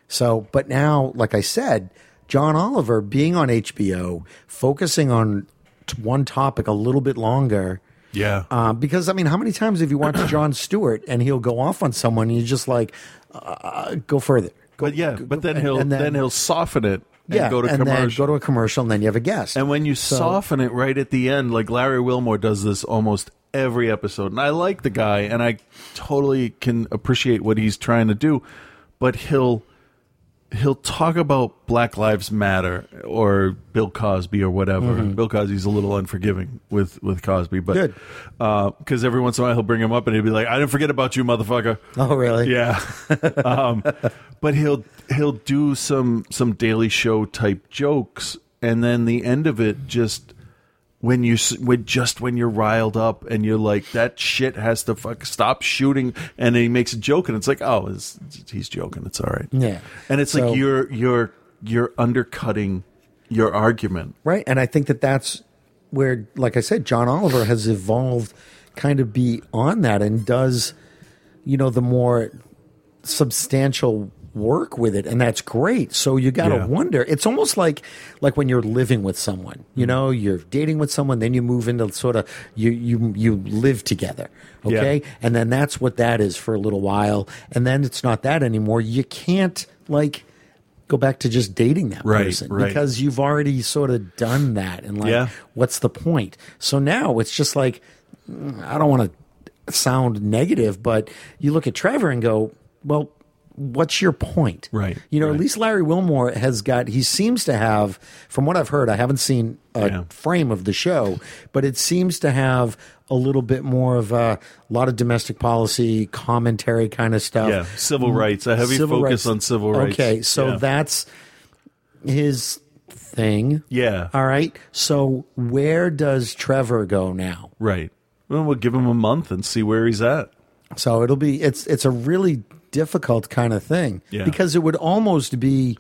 So, but now, like I said, John Oliver being on HBO, focusing on t- one topic a little bit longer. Yeah, Um, because I mean, how many times have you watched John Stewart and he'll go off on someone and you're just like, uh, go further. Go, but yeah, go- but then and- he'll and then, he'll soften it and yeah, go to and commercial. Then go to a commercial, and then you have a guest. and when you soften it right at the end, like Larry Wilmore does this almost every episode, and I like the guy, and I totally can appreciate what he's trying to do, but he'll he'll talk about Black Lives Matter or Bill Cosby or whatever. Bill Cosby's a little unforgiving with with Cosby, but Good. because every once in a while he'll bring him up and he'll be like, "I didn't forget about you, motherfucker." oh, really? Yeah. um, but he'll he'll do some some Daily Show type jokes, and then the end of it just when you s- when just when you're riled up and you're like that shit has to fuck stop shooting and he makes a joke and it's like oh it's, he's joking it's all right Yeah. and it's So- like you're you're you're undercutting your argument Right. And I think that that's where, like I said, John Oliver has evolved kind of beyond that and does, you know, the more substantial work with it. And that's great. So you got to Yeah. wonder. It's almost like, like when you're living with someone, Mm-hmm. you know, you're dating with someone, then you move into sort of, you, you, you live together. Yeah. Okay. And then that's what that is for a little while. And then it's not that anymore. You can't like go back to just dating that Right, person right. because because you've already sort of done that and like Yeah. what's the point so now it's just like mm, i don't want to sound negative but you look at trevor and go well what's your point Right, you know right. at least larry wilmore has got he seems to have from what i've heard i haven't seen a Yeah. frame of the show but it seems to have a little bit more of a lot of domestic policy commentary kind of stuff yeah civil rights a heavy Oh. Mm-hmm. Civil focus rights. on civil rights Okay, so Yeah. that's his thing. Yeah. All right. So where does Trevor go now? right well we'll give him a month and see where he's at So it'll be it's it's a really difficult kind of thing Yeah. because it would almost be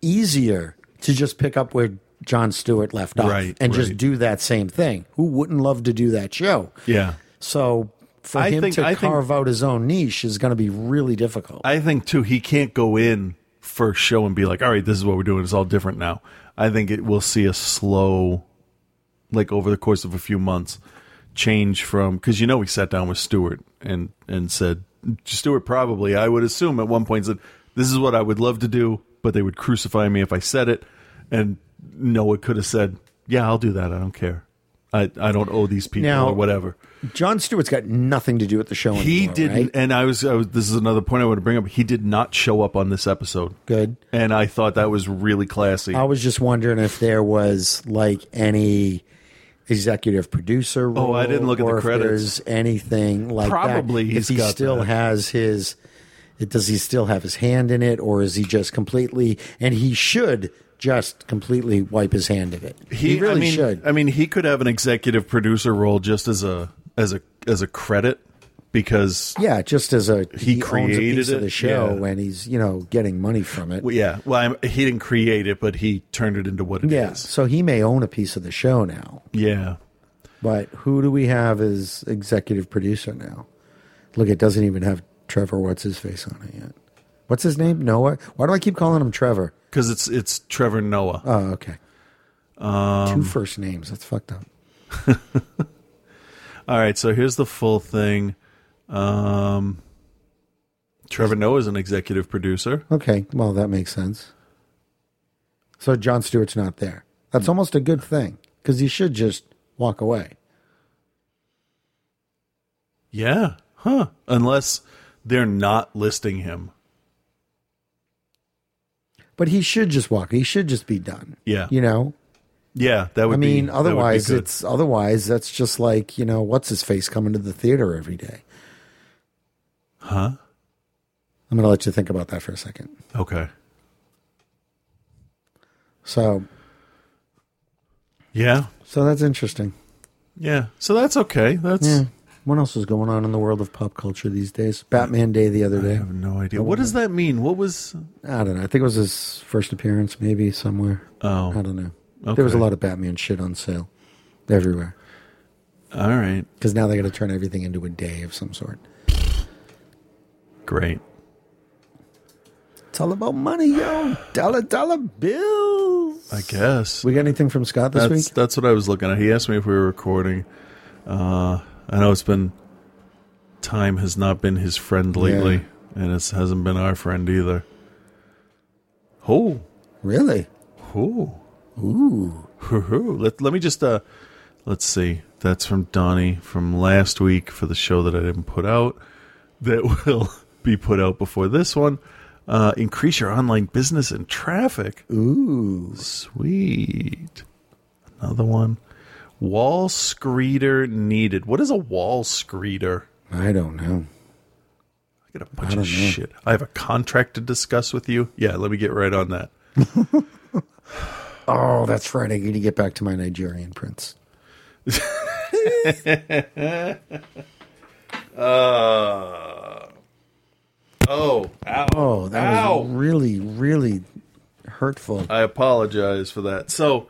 easier to just pick up where John Stewart left off Right, and just right. do that same thing. Who wouldn't love to do that show? yeah So for I him think- to I think- carve out his own niche is going to be really difficult. I think too he can't go in first show and be like, "All right, this is what we're doing. It's all different now." I think it will see a slow, like over the course of a few months, change from because you know we sat down with Stewart and and said Stewart probably I would assume at one point said this is what I would love to do, but they would crucify me if I said it, and Noah could have said, "Yeah, I'll do that. I don't care. I I don't owe these people Now- or whatever." John Stewart's got nothing to do with the show anymore. He didn't, right? and I was, I was. This is another point I want to bring up. He did not show up on this episode. Good. and I thought that was really classy. I was just wondering if there was like any executive producer. Role Oh, I didn't look at the or if credits. there's anything like that. Probably If he's he got still that. has his. Does he still have his hand in it, or is he just completely? And he should just completely wipe his hand of it. He, really I mean, should. I mean, he could have an executive producer role just as a as a as a credit because yeah, just as a He owns a created piece of it, the show, yeah. and he's you know getting money from it. well, yeah. Well, I'm, he didn't create it, but he turned it into what it is. yeah, so he may own a piece of the show now. Yeah. But who do we have as executive producer now? Look, it doesn't even have Trevor. What's his face on it yet? What's his name? Noah. Why do I keep calling him Trevor? Because it's it's Trevor Noah. Oh, okay. Two first names. That's fucked up. All right, so here's the full thing. Um, Trevor Noah is an executive producer. Okay. Well, that makes sense. So John Stewart's not there. That's almost a good thing because he should just walk away. Yeah. Huh. Unless they're not listing him. But he should just walk. He should just be done. Yeah. You know, Yeah, that would I mean, be that would be otherwise good. it's otherwise that's just like you know what's his face coming to the theater every day. Huh? I'm going to let you think about that for a second. Okay. So, Yeah. so that's interesting. Yeah. So that's okay. That's Yeah. What else is going on in the world of pop culture these days? Batman Day the other I day. have no idea. What does that mean? What was I don't know. I think it was his first appearance, maybe somewhere. Oh. I don't know. There was a Okay. lot of Batman shit on sale everywhere All right. because now they got to turn everything into a day of some sort. Great. It's all about money, yo. Dollar, dollar bills. I guess. We got anything from Scott this that's week? that's what I was looking at. He asked me if we were recording. Uh I know it's been time has not been his friend lately and it hasn't been our friend either. Oh. Really? Ooh. Ooh. Let, let me just, uh, let's see. That's from Donnie from last week for the show that I didn't put out that will be put out before this one. Uh, increase your online business and traffic. Ooh. Sweet. Another one. Wall screeder needed. What is a wall screeder? I don't know. I got a bunch of shit. I have a contract to discuss with you. Yeah, let me get right on that. Oh, that's right. I need to get back to my Nigerian prince. Uh, oh, ow. Oh, that ow. Uh, was really, really hurtful. I apologize for that. So,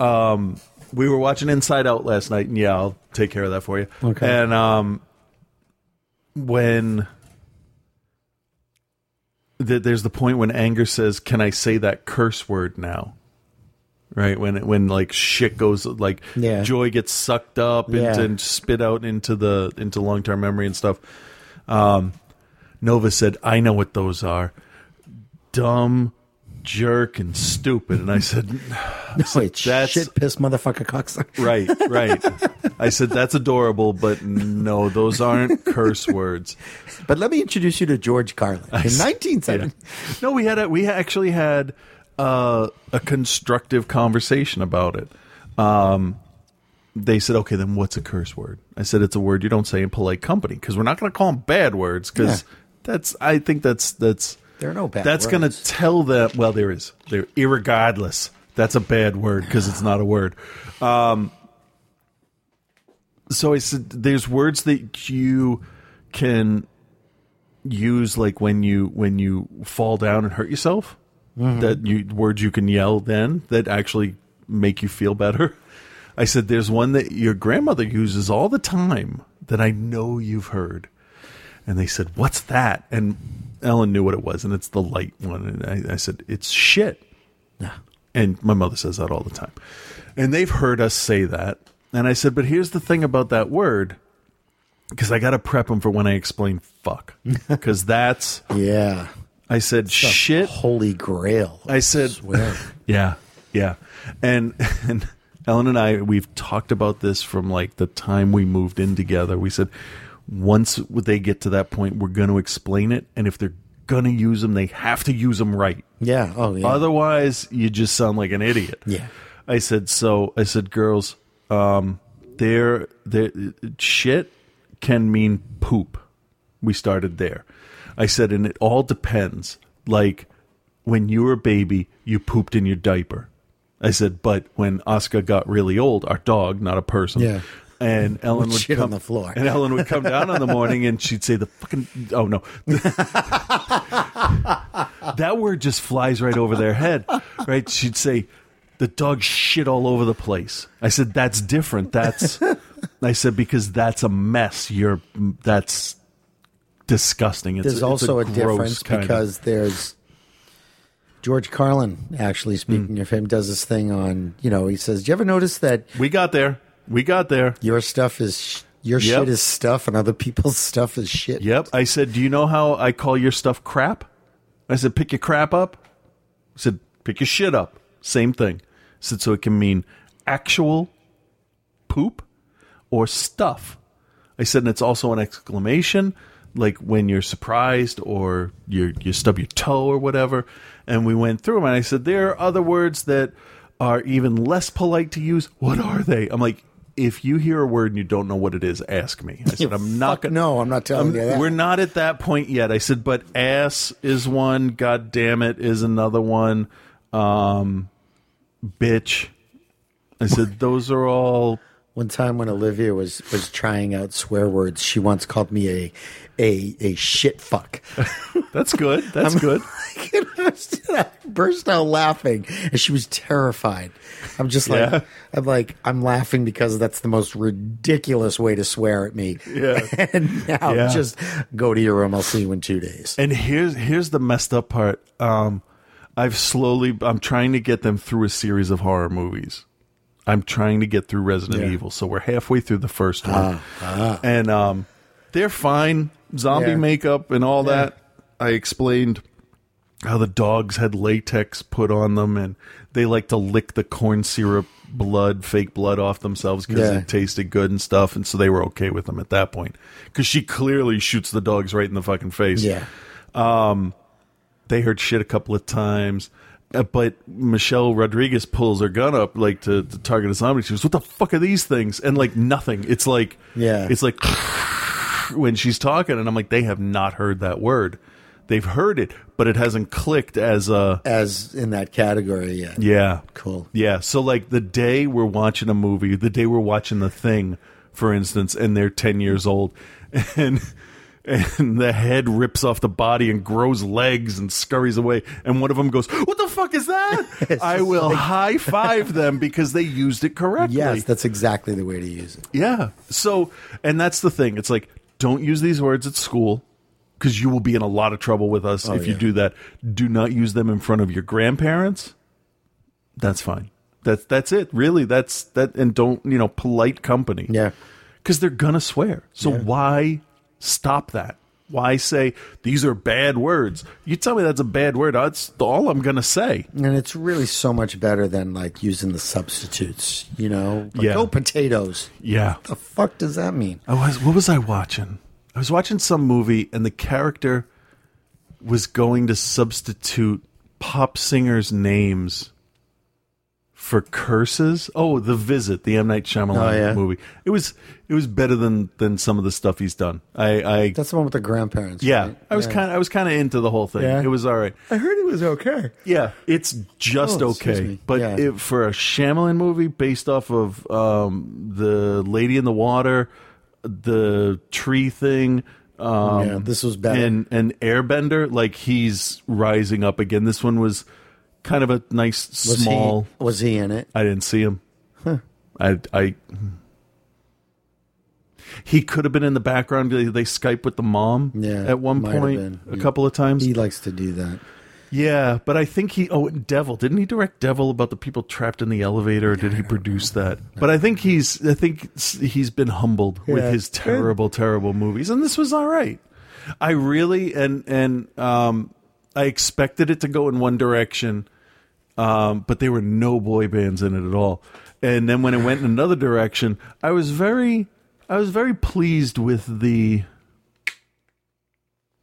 um, we were watching Inside Out last night, and yeah, I'll take care of that for you. Okay. And um, when th- there's the point when anger says, "Can I say that curse word now?" Right when when like shit goes like Yeah. joy gets sucked up Yeah. into, and spit out into the into long term memory and stuff. Um, Nova said, "I know what those are." Dumb jerk and stupid. And I said, no, it's that's- shit, piss, motherfucker, cocksucker. right, right. I said, that's adorable, but no, those aren't curse words. But let me introduce you to George Carlin in 1970. No, we had a, we actually had uh, a constructive conversation about it. Um, they said, okay, then what's a curse word? I said, it's a word you don't say in polite company because we're not going to call them bad words because Yeah. that's, I think that's, that's, There are no bad That's going to words. tell them, well, there is. They're irregardless. That's a bad word because it's not a word. Um, so I said there's words that you can use like when you when you fall down and hurt yourself that you words you can yell then that actually make you feel better. I said there's one that your grandmother uses all the time that I know you've heard. And they said, "What's that?" And Ellen knew what it was, and it's the light one. And I, I said, "It's shit." And my mother says that all the time. And they've heard us say that. And I said, but here's the thing about that word, because I got to prep them for when I explain fuck. Because that's, Yeah. I said, shit. Holy grail. I said, swear. yeah, yeah. And, and Ellen and I, we've talked about this from like the time we moved in together. We said, once they get to that point, we're going to explain it. And if they're going to use them, they have to use them right. yeah. Oh, yeah. Otherwise, you just sound like an idiot. Yeah. I said, so I said, girls, um, there, there, shit can mean poop. We started there. I said, and it all depends. Like when you were a baby, you pooped in your diaper. I said, but when Oscar got really old, our dog, not a person. Yeah. And Ellen Would would shit come on the floor. and Ellen would come down in the morning, and she'd say the fucking oh no, that word just flies right over their head, right? She'd say, "The dog shit all over the place." I said, "That's different. That's," I said, "because that's a mess. You're that's disgusting." It's, there's it's also a, gross difference kind of- because there's George Carlin, Hmm. actually speaking of him, does this thing on, you know, he says, Do you ever notice that we got there. We got there. your stuff is, sh- your Yep. shit is stuff and other people's stuff is shit? Yep. I said, "Do you know how I call your stuff crap?" I said, "Pick your crap up." I said, "Pick your shit up." Same thing. I said, "So it can mean actual poop or stuff." I said, "And it's also an exclamation, like when you're surprised or you you stub your toe or whatever." And we went through them, and I said, "There are other words that are even less polite to use. What are they?" I'm like. If you hear a word and you don't know what it is, ask me. I said, I'm not Fuck gonna no, I'm not telling you that. Um, we're not at that point yet. I said, but ass is one. God damn it is another one. Um, bitch. I said those are all. One time when Olivia was was trying out swear words, she once called me a a a shit fuck. That's good. That's good. And I was- I burst out laughing, and she was terrified. I'm just like, Yeah. I'm like, I'm laughing because that's the most ridiculous way to swear at me. Yeah. and now Yeah. just go to your room. I'll see you in two days. And here's here's the messed up part. Um, I've slowly. I'm trying to get them through a series of horror movies. I'm trying to get through Resident Yeah. Ah, Evil, so we're halfway through the first one, and um, they're fine. Zombie Yeah. makeup and all that. I explained how the dogs had latex put on them, and they like to lick the corn syrup blood, fake blood off themselves because Yeah. it tasted good and stuff, and so they were okay with them at that point. Because she clearly shoots the dogs right in the fucking face Yeah, they heard shit a couple of times. Uh, but Michelle Rodriguez pulls her gun up like to, to target a zombie. She goes, "What the fuck are these things?" And like nothing. It's like Yeah. It's like when she's talking, and I'm like, they have not heard that word. They've heard it, but it hasn't clicked as a as in that category. Yeah. yeah. Cool. Yeah. So like the day we're watching a movie, the day we're watching The Thing, for instance, and they're ten years old, and and the head rips off the body and grows legs and scurries away, and one of them goes, "What the fuck is that?" I just will like- high five them because they used it correctly. Yes, that's exactly the way to use it. Yeah. So, and that's the thing. It's like, don't use these words at school because you will be in a lot of trouble with us if you Oh, yeah. do that. Do not use them in front of your grandparents. That's fine. That's that's it. Really, that's that. And don't you know, polite company. Yeah. Because they're gonna swear. So why stop that? Why say these are bad words? You tell me that's a bad word. That's all I'm gonna say. And it's really so much better than like using the substitutes, you know? Like, Yeah. oh, potatoes. Yeah. The fuck does that mean? I was what was I watching? I was watching some movie and the character was going to substitute pop singers' names for curses. Oh, The Visit, the M Night Shyamalan Oh, yeah. movie. It was it was better than than some of the stuff he's done. I I That's the one with the grandparents. yeah, right? I was kind of I was kind of into the whole thing. Yeah. It was all right. I heard it was okay. Yeah, it's just Oh, excuse okay. me. But Yeah. it, for a Shyamalan movie based off of um, the Lady in the Water, the tree thing, um, Yeah, this was better. And and Airbender, like he's rising up again. This one was kind of a nice Was small. he was he in it? I didn't see him. I I. He could have been in the background. They, they Skype with the mom Yeah, at one might have point, been. a Yeah. couple of times. He likes to do that. Yeah, but I think he. Oh, and Devil didn't he direct Devil about the people trapped in the elevator? Or did he produce that? But I think he's. I think s- he's been humbled with Yeah. his terrible, terrible movies, and this was all right. I really and and um, I expected it to go in one direction, um, but there were no boy bands in it at all. And then when it went in another direction, I was very, I was very pleased with the.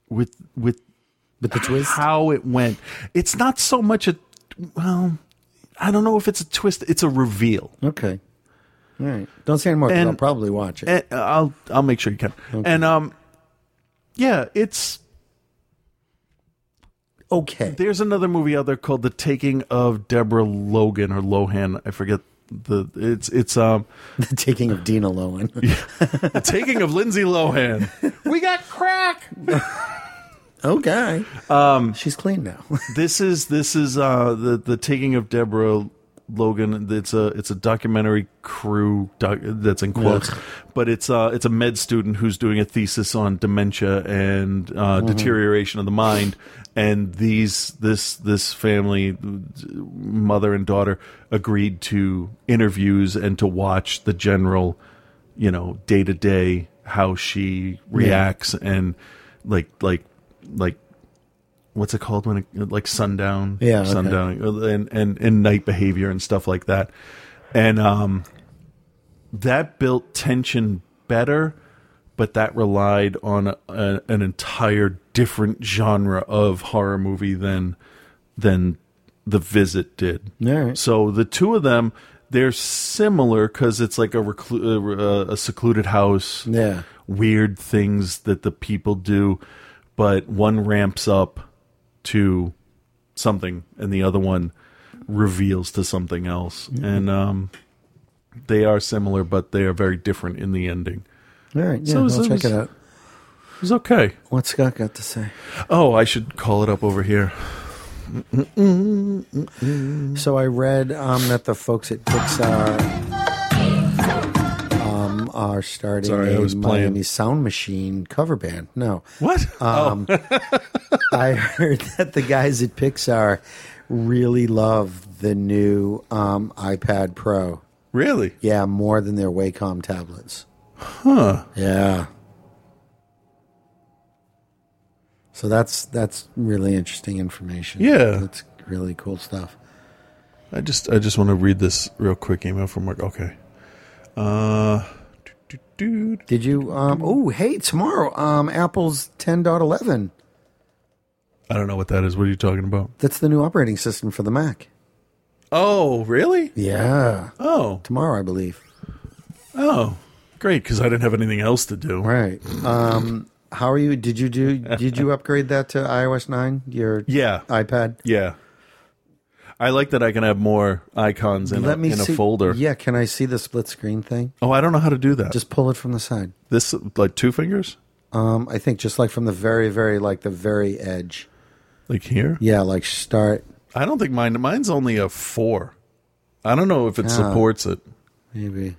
With with But the twist how it went. It's not so much a well, I don't know if it's a twist. It's a reveal. Okay. All right. Don't say any more 'cause And- I'll probably watch it. And Eh, I'll I'll make sure you can. And um, yeah, it's okay. there's another movie out there called The Taking of Deborah Logan or Lohan. I forget the it's it's um The taking of Dina Lowen. The Taking of Lindsay Lohan. We got crack. okay. Um she's clean now. this is this is uh the the taking of Deborah Logan. It's a it's a documentary crew doc, that's in quotes, Ugh. but it's uh it's a med student who's doing a thesis on dementia and uh, deterioration of the mind. And these this this family, mother and daughter, agreed to interviews and to watch the general, you know, day to day how she reacts and like like like what's it called when it, like sundown Yeah, okay. sundown and, and and night behavior and stuff like that and um that built tension better but that relied on a, an entire different genre of horror movie than than the visit did All right. so the two of them they're similar because it's like a, reclu- uh, a secluded house Yeah. weird things that the people do, but one ramps up to something and the other one reveals to something else. And um, they are similar, but they are very different in the ending. All right. Yeah, So I'll is- check is- it out. It was okay. What's Scott got to say? Oh, I should call it up over here. So I read um, that the folks at Pixar um, are starting Sorry, I a was playing. Miami Sound Machine cover band. No, What? Um, I heard that the guys at Pixar really love the new um, iPad Pro. really? Yeah, more than their Wacom tablets. Huh. Yeah. So that's that's really interesting information. Yeah. that's really cool stuff. I just I just want to read this real quick email from work. Okay. Uh, dude. Did you? Um, Mm-hmm. oh, hey, tomorrow, um, Apple's 10.11. I don't know what that is. What are you talking about? That's the new operating system for the Mac. Oh, really? Yeah, Oh, tomorrow, I believe. Oh, great, because I didn't have anything else to do. Right. Um, How are you? Did you do? Did you upgrade that to iOS nine? Your Yeah. iPad. yeah. I like that I can have more icons in, Let a, me in see. a folder. Yeah, can I see the split screen thing? Oh, I don't know how to do that. Just Just pull it from the side. this, like two fingers, Um, I think just like from the very, very, like the very edge. like here. Yeah, like start. I don't think mine. Mine's only a four. I don't know if Ah. it supports it. Maybe.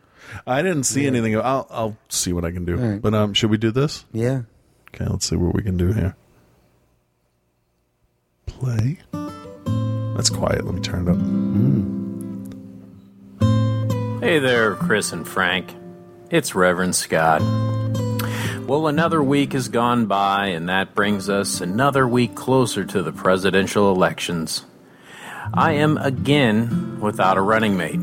I didn't see anything. I'll I'll see what I can do. right. But um, should we do this? Yeah. Okay, let's see what we can do here. Play. That's quiet. Let me turn it up. Hey there, Chris and Frank. It's Reverend Scott. Well, another week has gone by, and that brings us another week closer to the presidential elections. I am again without a running mate.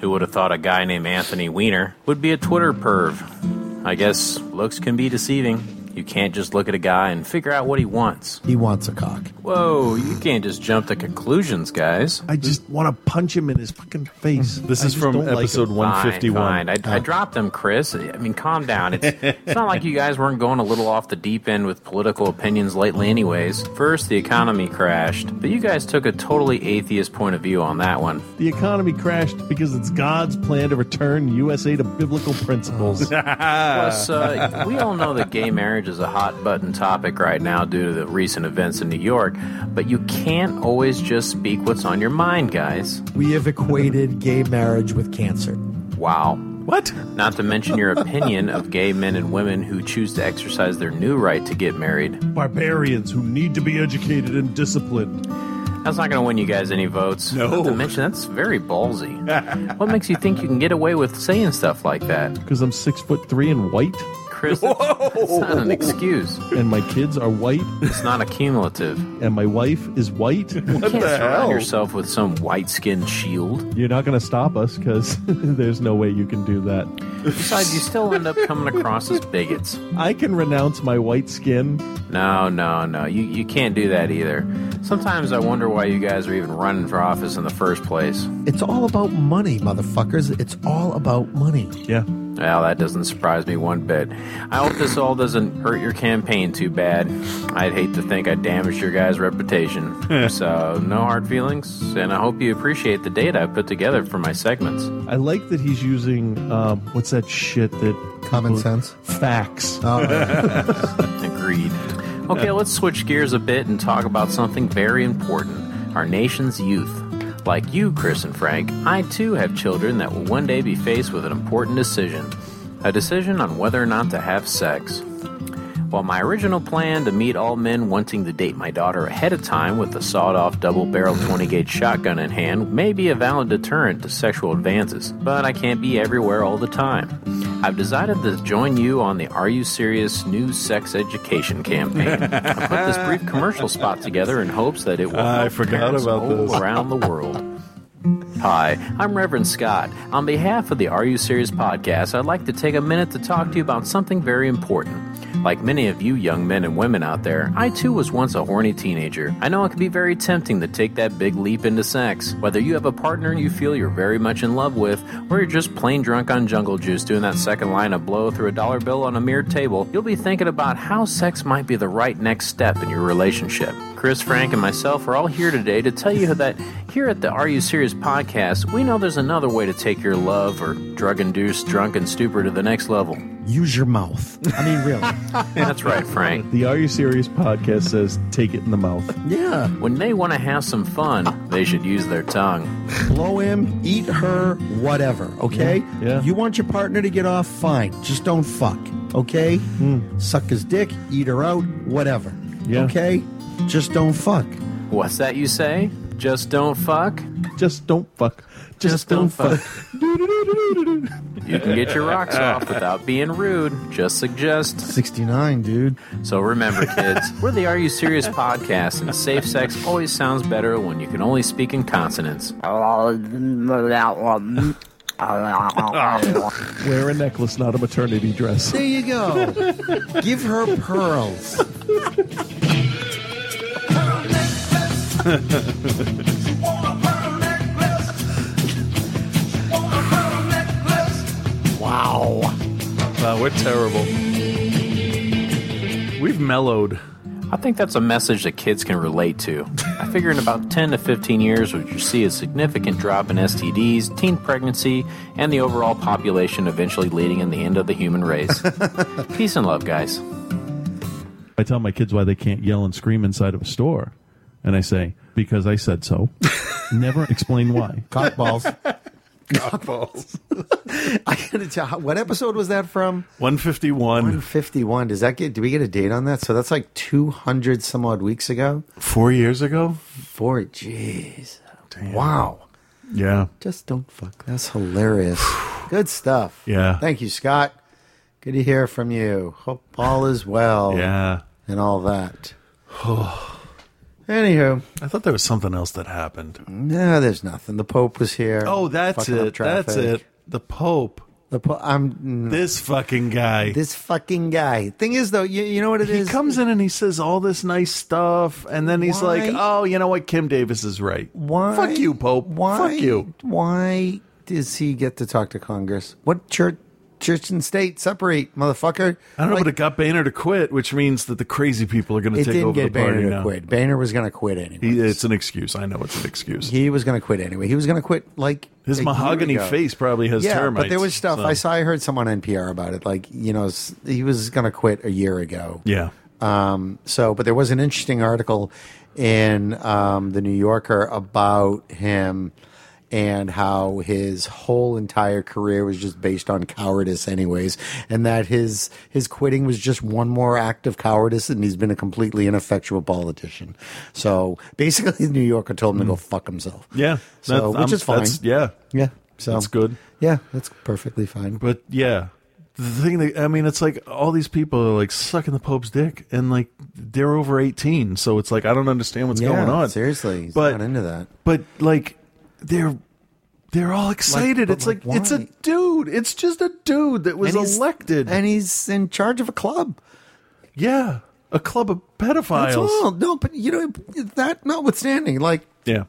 Who would have thought a guy named Anthony Weiner would be a Twitter perv? I guess looks can be deceiving. You can't just look at a guy and figure out what he wants. He wants a cock. Whoa, you can't just jump to conclusions, guys. I just want to punch him in his fucking face. This I is just from don't like episode him. one Uh. Fine, fifty one. fine. I, I dropped them, Chris. I mean, calm down. It's, it's not like you guys weren't going a little off the deep end with political opinions lately, anyways. First, the economy crashed, but you guys took a totally atheist point of view on that one. The economy crashed because it's God's plan to return USA to biblical principles. Plus, uh, we all know that gay marriage is a hot button topic right now due to the recent events in New York, but you can't always just speak what's on your mind, guys. We have equated gay marriage with cancer. Wow. what? Not to mention your opinion of gay men and women who choose to exercise their new right to get married. Barbarians who need to be educated and disciplined. That's not going to win you guys any votes. No. Not to mention, that's very ballsy. what makes you think you can get away with saying stuff like that? Because I'm six foot three and white, Chris, it's not an excuse. and my kids are white, It's not accumulative. and my wife is white. You can't surround hell? yourself with some white skinned shield. You're not going to stop us because there's no way you can do that. Besides, you still end up coming across as bigots. I can renounce my white skin. No, no, no. You, you can't do that either. Sometimes I wonder why you guys are even running for office in the first place. It's all about money, motherfuckers. It's all about money. Yeah. Well, that doesn't surprise me one bit. I hope this all doesn't hurt your campaign too bad. I'd hate to think I damaged your guys' reputation. so, no hard feelings, and I hope you appreciate the data I put together for my segments. I like that he's using um, what's that shit that Common people- sense. facts. All right. Agreed. Okay, let's switch gears a bit and talk about something very important our nation's youth. Like you, Chris and Frank, I too have children that will one day be faced with an important decision a decision on whether or not to have sex. While my original plan to meet all men wanting to date my daughter ahead of time with a sawed off double barrel 20 gauge shotgun in hand may be a valid deterrent to sexual advances, but I can't be everywhere all the time. I've decided to join you on the Are You Serious new sex education campaign. I put this brief commercial spot together in hopes that it will I help forgot parents about all this. around the world. Hi, I'm Reverend Scott. On behalf of the Are You Serious podcast, I'd like to take a minute to talk to you about something very important. Like many of you young men and women out there, I too was once a horny teenager. I know it can be very tempting to take that big leap into sex. Whether you have a partner you feel you're very much in love with, or you're just plain drunk on jungle juice doing that second line of blow through a dollar bill on a mirrored table, you'll be thinking about how sex might be the right next step in your relationship. Chris, Frank, and myself are all here today to tell you that here at the Are You Serious podcast, we know there's another way to take your love or drug induced drunken stupor to the next level. Use your mouth. I mean, really. That's right, Frank. The Are You Serious podcast says take it in the mouth. Yeah. When they want to have some fun, they should use their tongue. Blow him, eat her, whatever. Okay? Yeah. You want your partner to get off? Fine. Just don't fuck. Okay? Suck his dick, eat her out, whatever. Hmm. Yeah. Okay? Just don't fuck. What's that you say? Just don't fuck? Just don't fuck. Just don't You can get your rocks off without being rude. Just suggest. 69, dude. So remember, kids, we're the Are You Serious podcast, and safe sex always sounds better when you can only speak in consonants. Wear a necklace, not a maternity dress. There you go. Give her pearls. Wow, we're terrible. We've mellowed. I think that's a message that kids can relate to. I figure in about 10 to 15 years, we should see a significant drop in STDs, teen pregnancy, and the overall population, eventually leading in the end of the human race. Peace and love, guys. I tell my kids why they can't yell and scream inside of a store. And I say, because I said so. Never explain why. Cockballs. Cockballs. I gotta tell. how- What episode was that from? One fifty one. One fifty one. Does that get? Do we get a date on that? So that's like two hundred some odd weeks ago. Four years ago. Four. Jeez. Wow. Yeah. Just don't fuck. That's hilarious. Good stuff. Yeah. Thank you, Scott. Good to hear from you. Hope all is well. Yeah. And all that. Anywho, I thought there was something else that happened. No, there's nothing. The Pope was here. Oh, that's fucking up it. That's traffic. it. The Pope. The po- I'm this fucking guy. This fucking guy. Thing is, though, you, you know what it is. He comes in and he says all this nice stuff, and then he's Why? like, "Oh, you know what? Kim Davis is right. Why? Fuck you, Pope. Why? Fuck you." Why does he get to talk to Congress? What church, church and state separate, motherfucker? I don't know, Like, but it got Boehner to quit, which means that the crazy people are going to it take didn't over get the party Boehner now. to quit. Boehner was going to quit anyway. He, it's an excuse. I know it's an excuse. He was going to quit anyway. He was going to quit like His a year mahogany ago. face probably has yeah, termites. but there was stuff so- I saw. I heard someone on NPR about it. Like you know, s- he was going to quit a year ago. Yeah. Um, so, but there was an interesting article in um, the New Yorker about him and how his whole entire career was just based on cowardice, anyways, and that his his quitting was just one more act of cowardice, and he's been a completely ineffectual politician. So basically, the New Yorker told him to go fuck himself. Hmm. Yeah, that's- so which I'm- is fine. that's- yeah, yeah. So that's good. Yeah, that's perfectly fine. But yeah, the thing that I mean, it's like all these people are like sucking the Pope's dick, and like they're over eighteen, so it's like I don't understand what's Yeah, going on. Seriously, he's But- not into that. But like, they're they're all excited. but, it's like, like, it's a why? dude. It's just a dude that was And he's- elected, and he's in charge of a club. Yeah, a club of pedophiles. That's all. No, but you know that notwithstanding, like Yeah.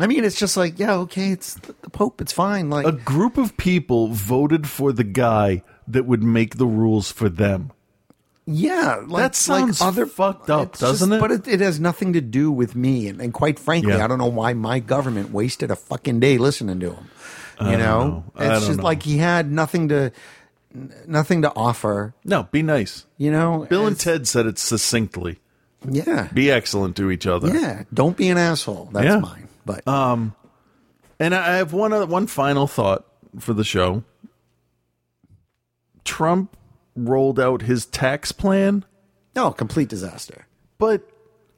I mean, it's just like yeah, okay, it's the the Pope, it's fine. Like A group of people voted for the guy that would make the rules for them. yeah, like, that sounds like other fucked up, it's doesn't just- it? But it, it has nothing to do with me, and, and quite frankly, Yeah. I don't know why my government wasted a fucking day listening to him. You I don't know? know. I it's don't just know. like he had nothing to n- nothing to offer. No, be nice. You know, Bill and it's- Ted said it succinctly. Yeah. Be excellent to each other. Yeah, don't be an asshole. That's Yeah. mine. But Um, and I I have one other, one final thought for the show. Trump rolled out his tax plan, no, complete disaster. but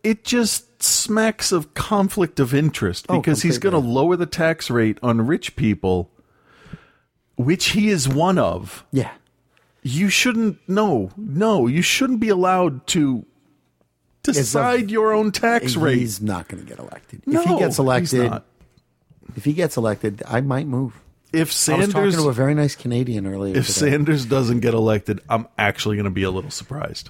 it just smacks of conflict of interest Oh, because he's going to completely. lower the tax rate on rich people, which he is one of. Yeah. You shouldn't. No, no, you shouldn't be allowed to It's a- decide your own tax rate. He's not going to get elected. No, if he he's gets elected, not. if he gets elected, I might move. If I was Sanders talking to a very nice Canadian earlier. If today. Sanders doesn't get elected, I'm actually going to be a little surprised.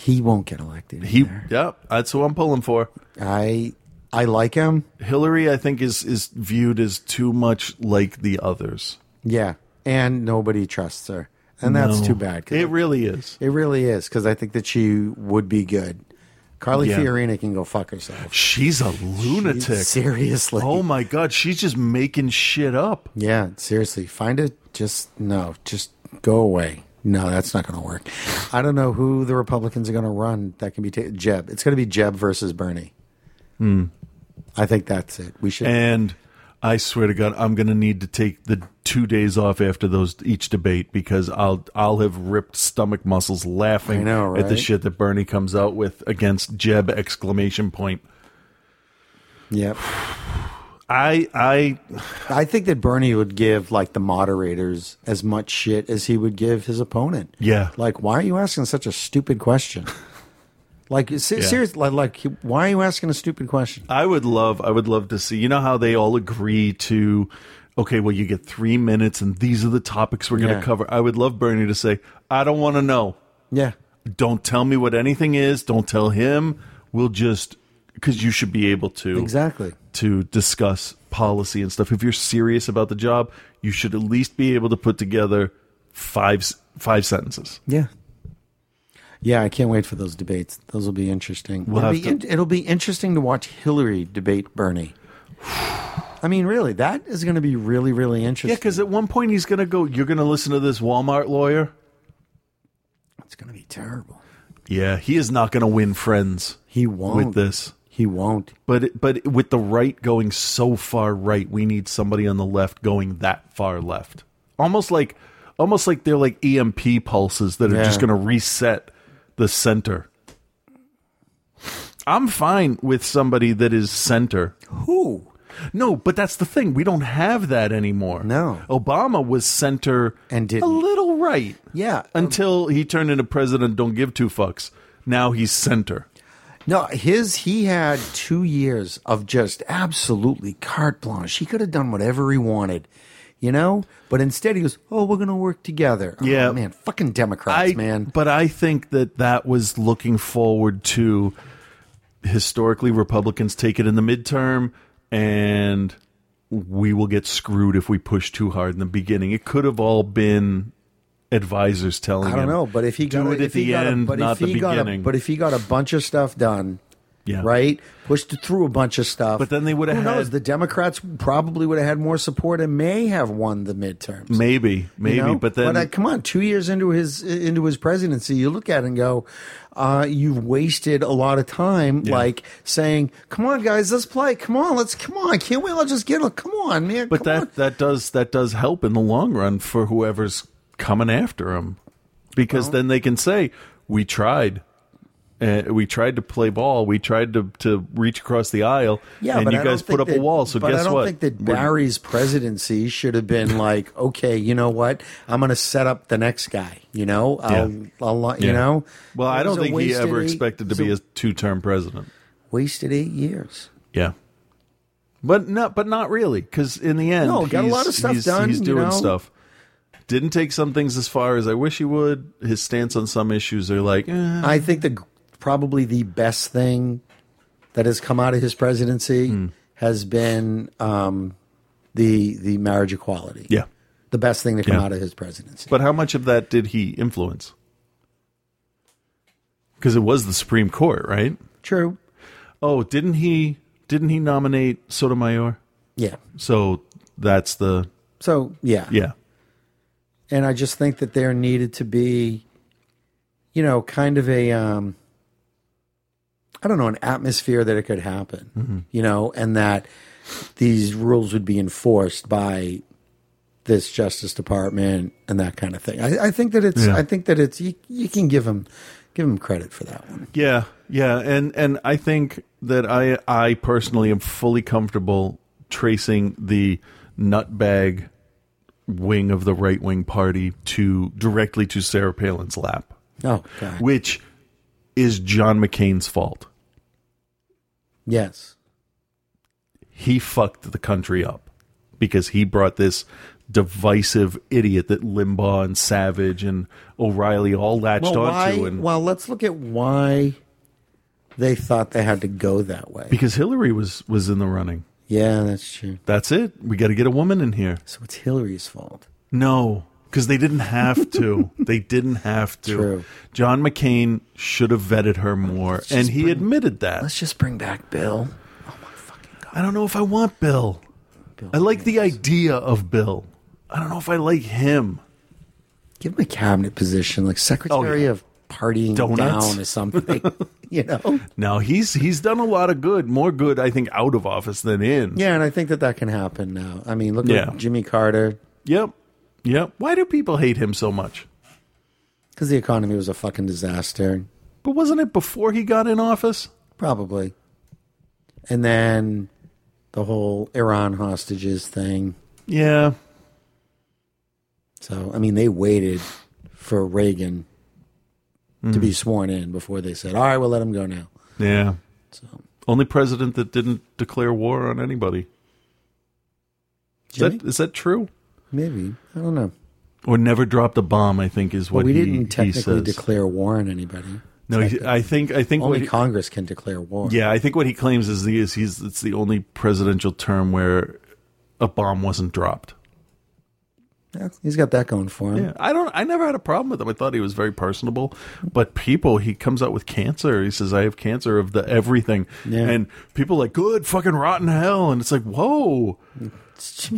he won't get elected, He, yep, that's who I'm pulling for. I I like him. Hillary, I think, is is viewed as too much like the others. Yeah, and nobody trusts her, and that's No. too bad. 'cause It really is. it really is because I think that she would be good. Carly Yeah. Fiorina can go fuck herself. She's a lunatic. seriously. Oh my god, she's just making shit up. Yeah, seriously, find it. Just no, just go away. No, that's not going to work. I don't know who the Republicans are going to run. That can be ta- Jeb. It's going to be Jeb versus Bernie. Hmm. I think that's it. We should. And I swear to God, I'm going to need to take the two days off after those each debate because I'll I'll have ripped stomach muscles laughing I know, at the right? shit that Bernie comes out with against Jeb exclamation point. yep. I I I think that Bernie would give like the moderators as much shit as he would give his opponent. Yeah. Like, why are you asking such a stupid question? like, se- Yeah. Uh, seriously, like, like, why are you asking a stupid question? I would love I would love to see. You know how they all agree to okay, well you get 3 minutes and these are the topics we're going to Yeah. cover. I would love Bernie to say, "I don't want to know. Yeah. Don't tell me what anything is. Don't tell him. We'll just cuz you should be able to Exactly. to discuss policy and stuff. If you're serious about the job, you should at least be able to put together five s- five sentences. Yeah. Yeah, I can't wait for those debates. Those will be interesting. We'll it'll, have be to- in- it'll be interesting to watch Hillary debate Bernie. I mean, really, that is going to be really, really interesting. Yeah, because at one point he's going to go, You're going to listen to this Walmart lawyer? It's going to be terrible. Yeah, he is not going to win friends. He With won't. this. He won't. But but with the right going so far right, we need somebody on the left going that far left. Almost like almost like they're like EMP pulses that are Yeah. just going to reset the center. I'm fine with somebody that is center. Who? No, but that's the thing. We don't have that anymore. No. Obama was center and Um, did a little right. Yeah. Until he turned into president don't give two fucks. Now he's center. No, his he had two years of just absolutely carte blanche. He could have done whatever he wanted, you know. But instead, he goes, "Oh, we're going to work together." Oh, Yeah. man, fucking Democrats, man. But I think that that was looking forward to historically Republicans take it in the midterm and we will get screwed if we push too hard in the beginning. It could have all been advisors telling I don't him, know, but if he do got it if at the he got end, a, but not if he the got beginning. A, but if he got a bunch of stuff done, Yeah. right, pushed it through a bunch of stuff. But then they would have Who had- knows? The Democrats probably would have had more support and may have won the midterms. maybe, you maybe, know? but then uh, come on, two years into his into his presidency, you look at it and go, uh, you've wasted a lot of time, like saying, "Come on, guys, let's play. Come on, let's come on. I can't wait. Let's just get. A, come on, man. but that that does that does help in the long run for whoever's coming after him because then they can say we tried uh, we tried to play ball we tried to, to reach across the aisle Yeah, and but you I guys don't think put up that- a wall so but guess I don't what think that We're- Barry's presidency should have been like, okay, you know what? I'm going to set up the next guy. You know, I'll, I'll you Yeah. know. well i It was don't a think he wasted ever eight- expected to it be a was two-term president wasted eight years. yeah but not but not really because in the end No, got a he's- lot of stuff he's, done, he's you doing know? stuff didn't take some things as far as i wish he would his stance on some issues are like eh. I think the probably the best thing that has come out of his presidency Hmm. has been um, the the marriage equality. Yeah. the best thing to come Yeah. out of his presidency. But how much of that did he influence? Because it was the Supreme Court, right? True. Oh, didn't he? Didn't he nominate Sotomayor? Yeah. So that's the So yeah, yeah. and I just think that there needed to be, you know, kind of a, um, I don't know, an atmosphere that it could happen, you know, and that these rules would be enforced by this Justice Department and that kind of thing. I, I think that it's, Yeah. I think that it's, you, you can give him, give him credit for that one. Yeah, yeah, and and I think that I I personally am fully comfortable tracing the nutbag wing of the right wing party to directly to Sarah Palin's lap. Oh, God. which is John McCain's fault. Yes. he fucked the country up because he brought this divisive idiot that Limbaugh and Savage and O'Reilly all latched Well, why, onto, and well, let's look at why they thought they had to go that way. because Hillary was was in the running. Yeah, that's true. That's it. We got to get a woman in here. So it's Hillary's fault. No, because they didn't have to. they didn't have to. True. John McCain should have vetted her more, and he admitted that. Let's just bring back Bill. I don't know if I want Bill. I like the idea of Bill. I don't know if I like him. Give him a cabinet position, like secretary of partying Donuts. down or something. you know? Now he's he's done a lot of good, more good I think out of office than in. Yeah, and I think that that can happen now. I mean, look Yeah. at Jimmy Carter Yep. Yep. Why do people hate him so much? because the economy was a fucking disaster, But wasn't it before he got in office? probably. And then the whole Iran hostages thing. Yeah. So, I mean, they waited for Reagan to Mhm. be sworn in before they said, all right, we'll let him go now. Yeah. Only president that didn't declare war on anybody. Is that, is that true? Maybe. I don't know. Or never dropped a bomb, I think is But what we he, didn't he technically says. declare war on anybody. no, he, I think I think Only what he- Congress can declare war. Yeah, I think what he claims is the is he's it's the only presidential term where a bomb wasn't dropped. he's got that going for him. Yeah, I don't. I never had a problem with him. I thought he was very personable, but people, he comes out with cancer. He says, "I have cancer of the everything," Yeah. and people are like, "Good fucking rotten hell," and it's like, "Whoa,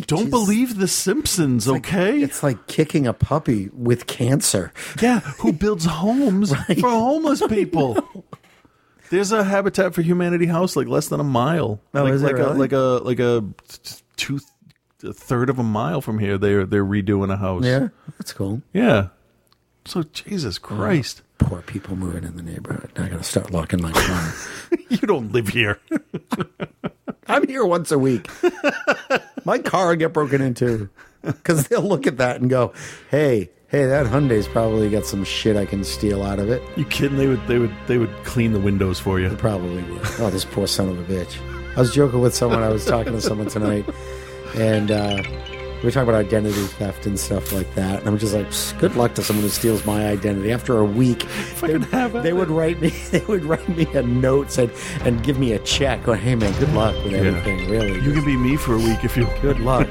don't believe the Simpsons." okay, it's like kicking a puppy with cancer. Yeah, who builds homes for homeless people? There's a Habitat for Humanity house like less than a mile. Oh, like, is it like really? a like a like a two a third of a mile from here. They're they're redoing a house. Yeah, that's cool. Yeah. So Jesus Christ. Poor people moving in the neighborhood. Now I got to start locking my car. you don't live here. I'm here once a week. my car will get broken into because they'll look at that and go, "Hey, hey, that Hyundai's probably got some shit I can steal out of it." You kidding? They would, they would, they would clean the windows for you. probably would. Oh, this poor son of a bitch. I was joking with someone. I was talking to someone tonight, and uh, we were talking about identity theft and stuff like that. And I'm just like, "Psst, "Good luck to someone who steals my identity." After a week, they, they would write me. They would write me a note said, and give me a check. Going, "Hey man, good luck with Yeah. everything." Really, You can be me for a week if you. Good luck.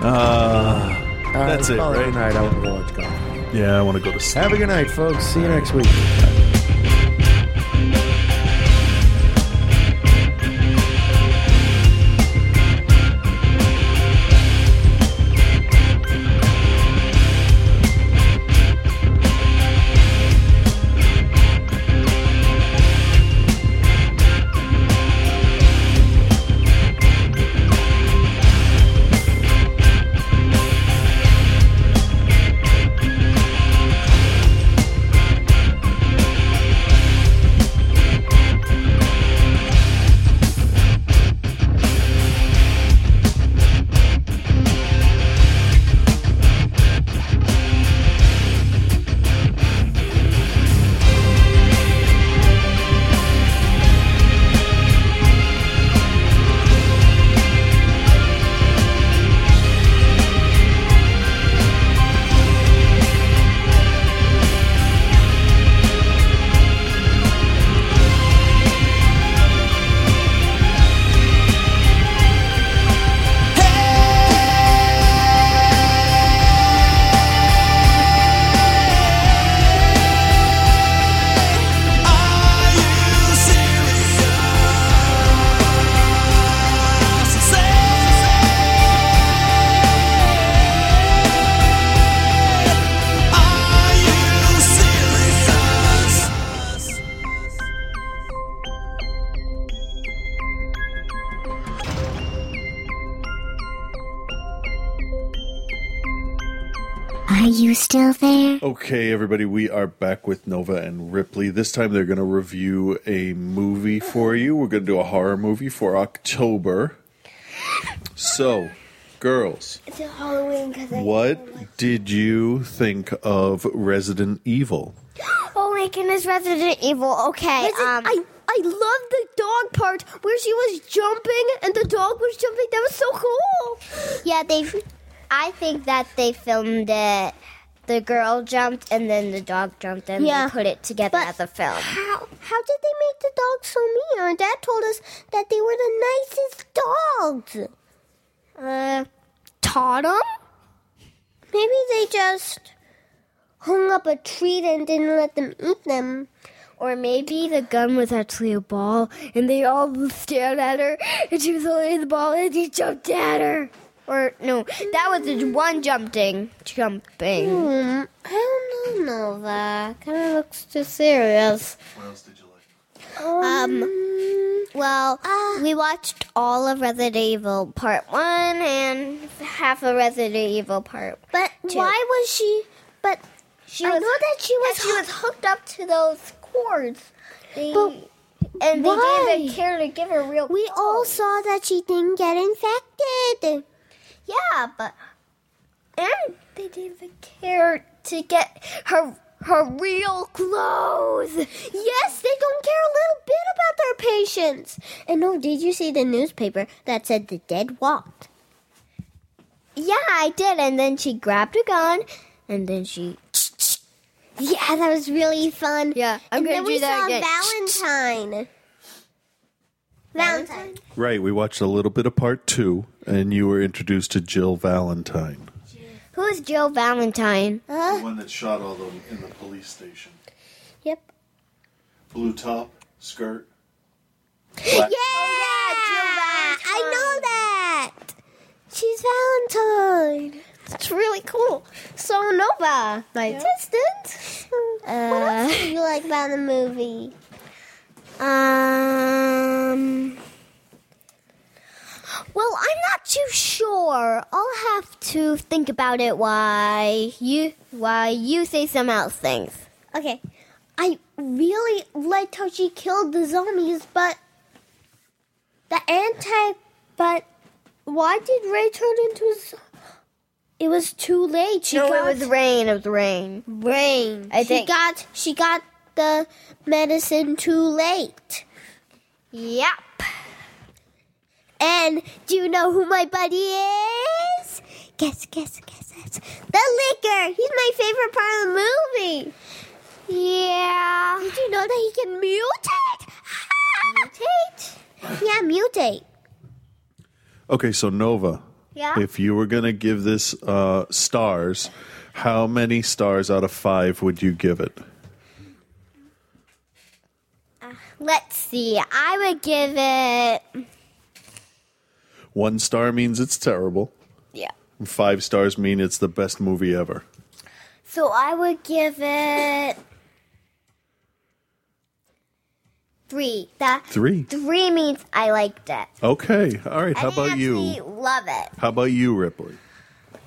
Uh, All that's let's it, call right? a night. I want to watch golf. Yeah, I want to go to sleep. Have a good night, folks. See you next week. Are you still there? Okay, everybody, we are back with Nova and Ripley. This time they're going to review a movie for you. We're going to do a horror movie for October. So, girls, It's a Halloween because I. what did you think of Resident Evil? Oh my goodness, Resident Evil. Okay. um, I I love the dog part where she was jumping and the dog was jumping. That was so cool. Yeah, they. I think that they filmed it. The girl jumped and then the dog jumped and Yeah. they put it together as a film. How how did they make the dogs so mean? Our dad told us that they were the nicest dogs. Uh, taught them? Maybe they just hung up a treat and didn't let them eat them. Or maybe the gun was actually a ball and they all stared at her and she was holding the ball and he jumped at her. Or no, that was just one jumping. Jumping. Hmm, I don't know, Nova. Kind of looks too serious. Um, well, we watched all of Resident Evil Part 1 and half of Resident Evil Part But Two. why was she? But she I know that she was she was hooked up to those cords. but and they gave why? her care to give her real We all saw that she didn't get infected. Yeah, but And they didn't even care to get her her real clothes. yes, they don't care a little bit about their patients. And no, did you see the newspaper that said the dead walked? Yeah, I did. And then she grabbed a gun, and then she. Yeah, that was really fun. Yeah, I'm and gonna then do we that saw again. Valentine. Valentine. Right, we watched a little bit of part two. and you were introduced to Jill Valentine, Who's Joe Valentine? the one that shot all the in the police station. Yep. Blue top, skirt. Yeah! I know that! She's Valentine. It's really cool. So Nova, Uh, my assistant. what else do you like about the movie? Um. Well, I'm not too sure. I'll have to think about it. Why you? Why you say some else things? Okay. I really liked how she killed the zombies, but the anti. But why did Ray turn into a zo- It was too late. She no, got it was rain. It was rain. rain. I she think- got she got the medicine too late. Yep. And do you know who my buddy is? Guess, guess, guess, guess. The liquor. He's my favorite part of the movie. Yeah. Did you know that he can mutate? mutate? Yeah, mutate. Okay, so Nova, Yeah? if you were going to give this uh, stars, how many stars out of five would you give it? Let's see. I would give it. One star means it's terrible. Yeah. Five stars mean it's the best movie ever. So I would give it three. That Three. Three means I liked it. Okay. All right. How And I about actually you? Love it. How about you, Ripley?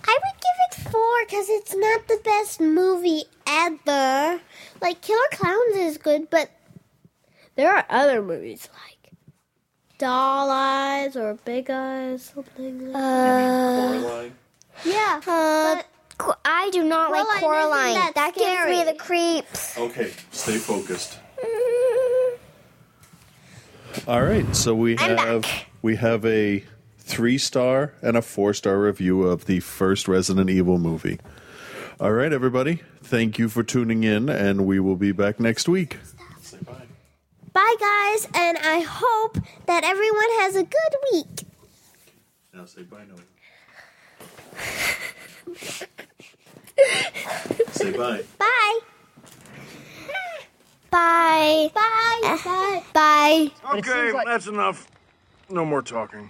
I would give it four because it's not the best movie ever. Like Killer Clowns is good, but there are other movies like Doll Eyes or Big Eyes, something. Like Uh, yeah, uh, Qu- I do not like Coraline Coraline. isn't that That, gives me scary. the creeps. Okay. Stay focused. All right. So we have we have a three star and a four star review of the first Resident Evil movie. All right, everybody. Thank you for tuning in, and we will be back next week. Bye, guys, and I hope that everyone has a good week. Now say bye, Nova. say bye. Bye. Bye. Bye. Bye. Bye. Eh, Okay, that's enough. No more talking.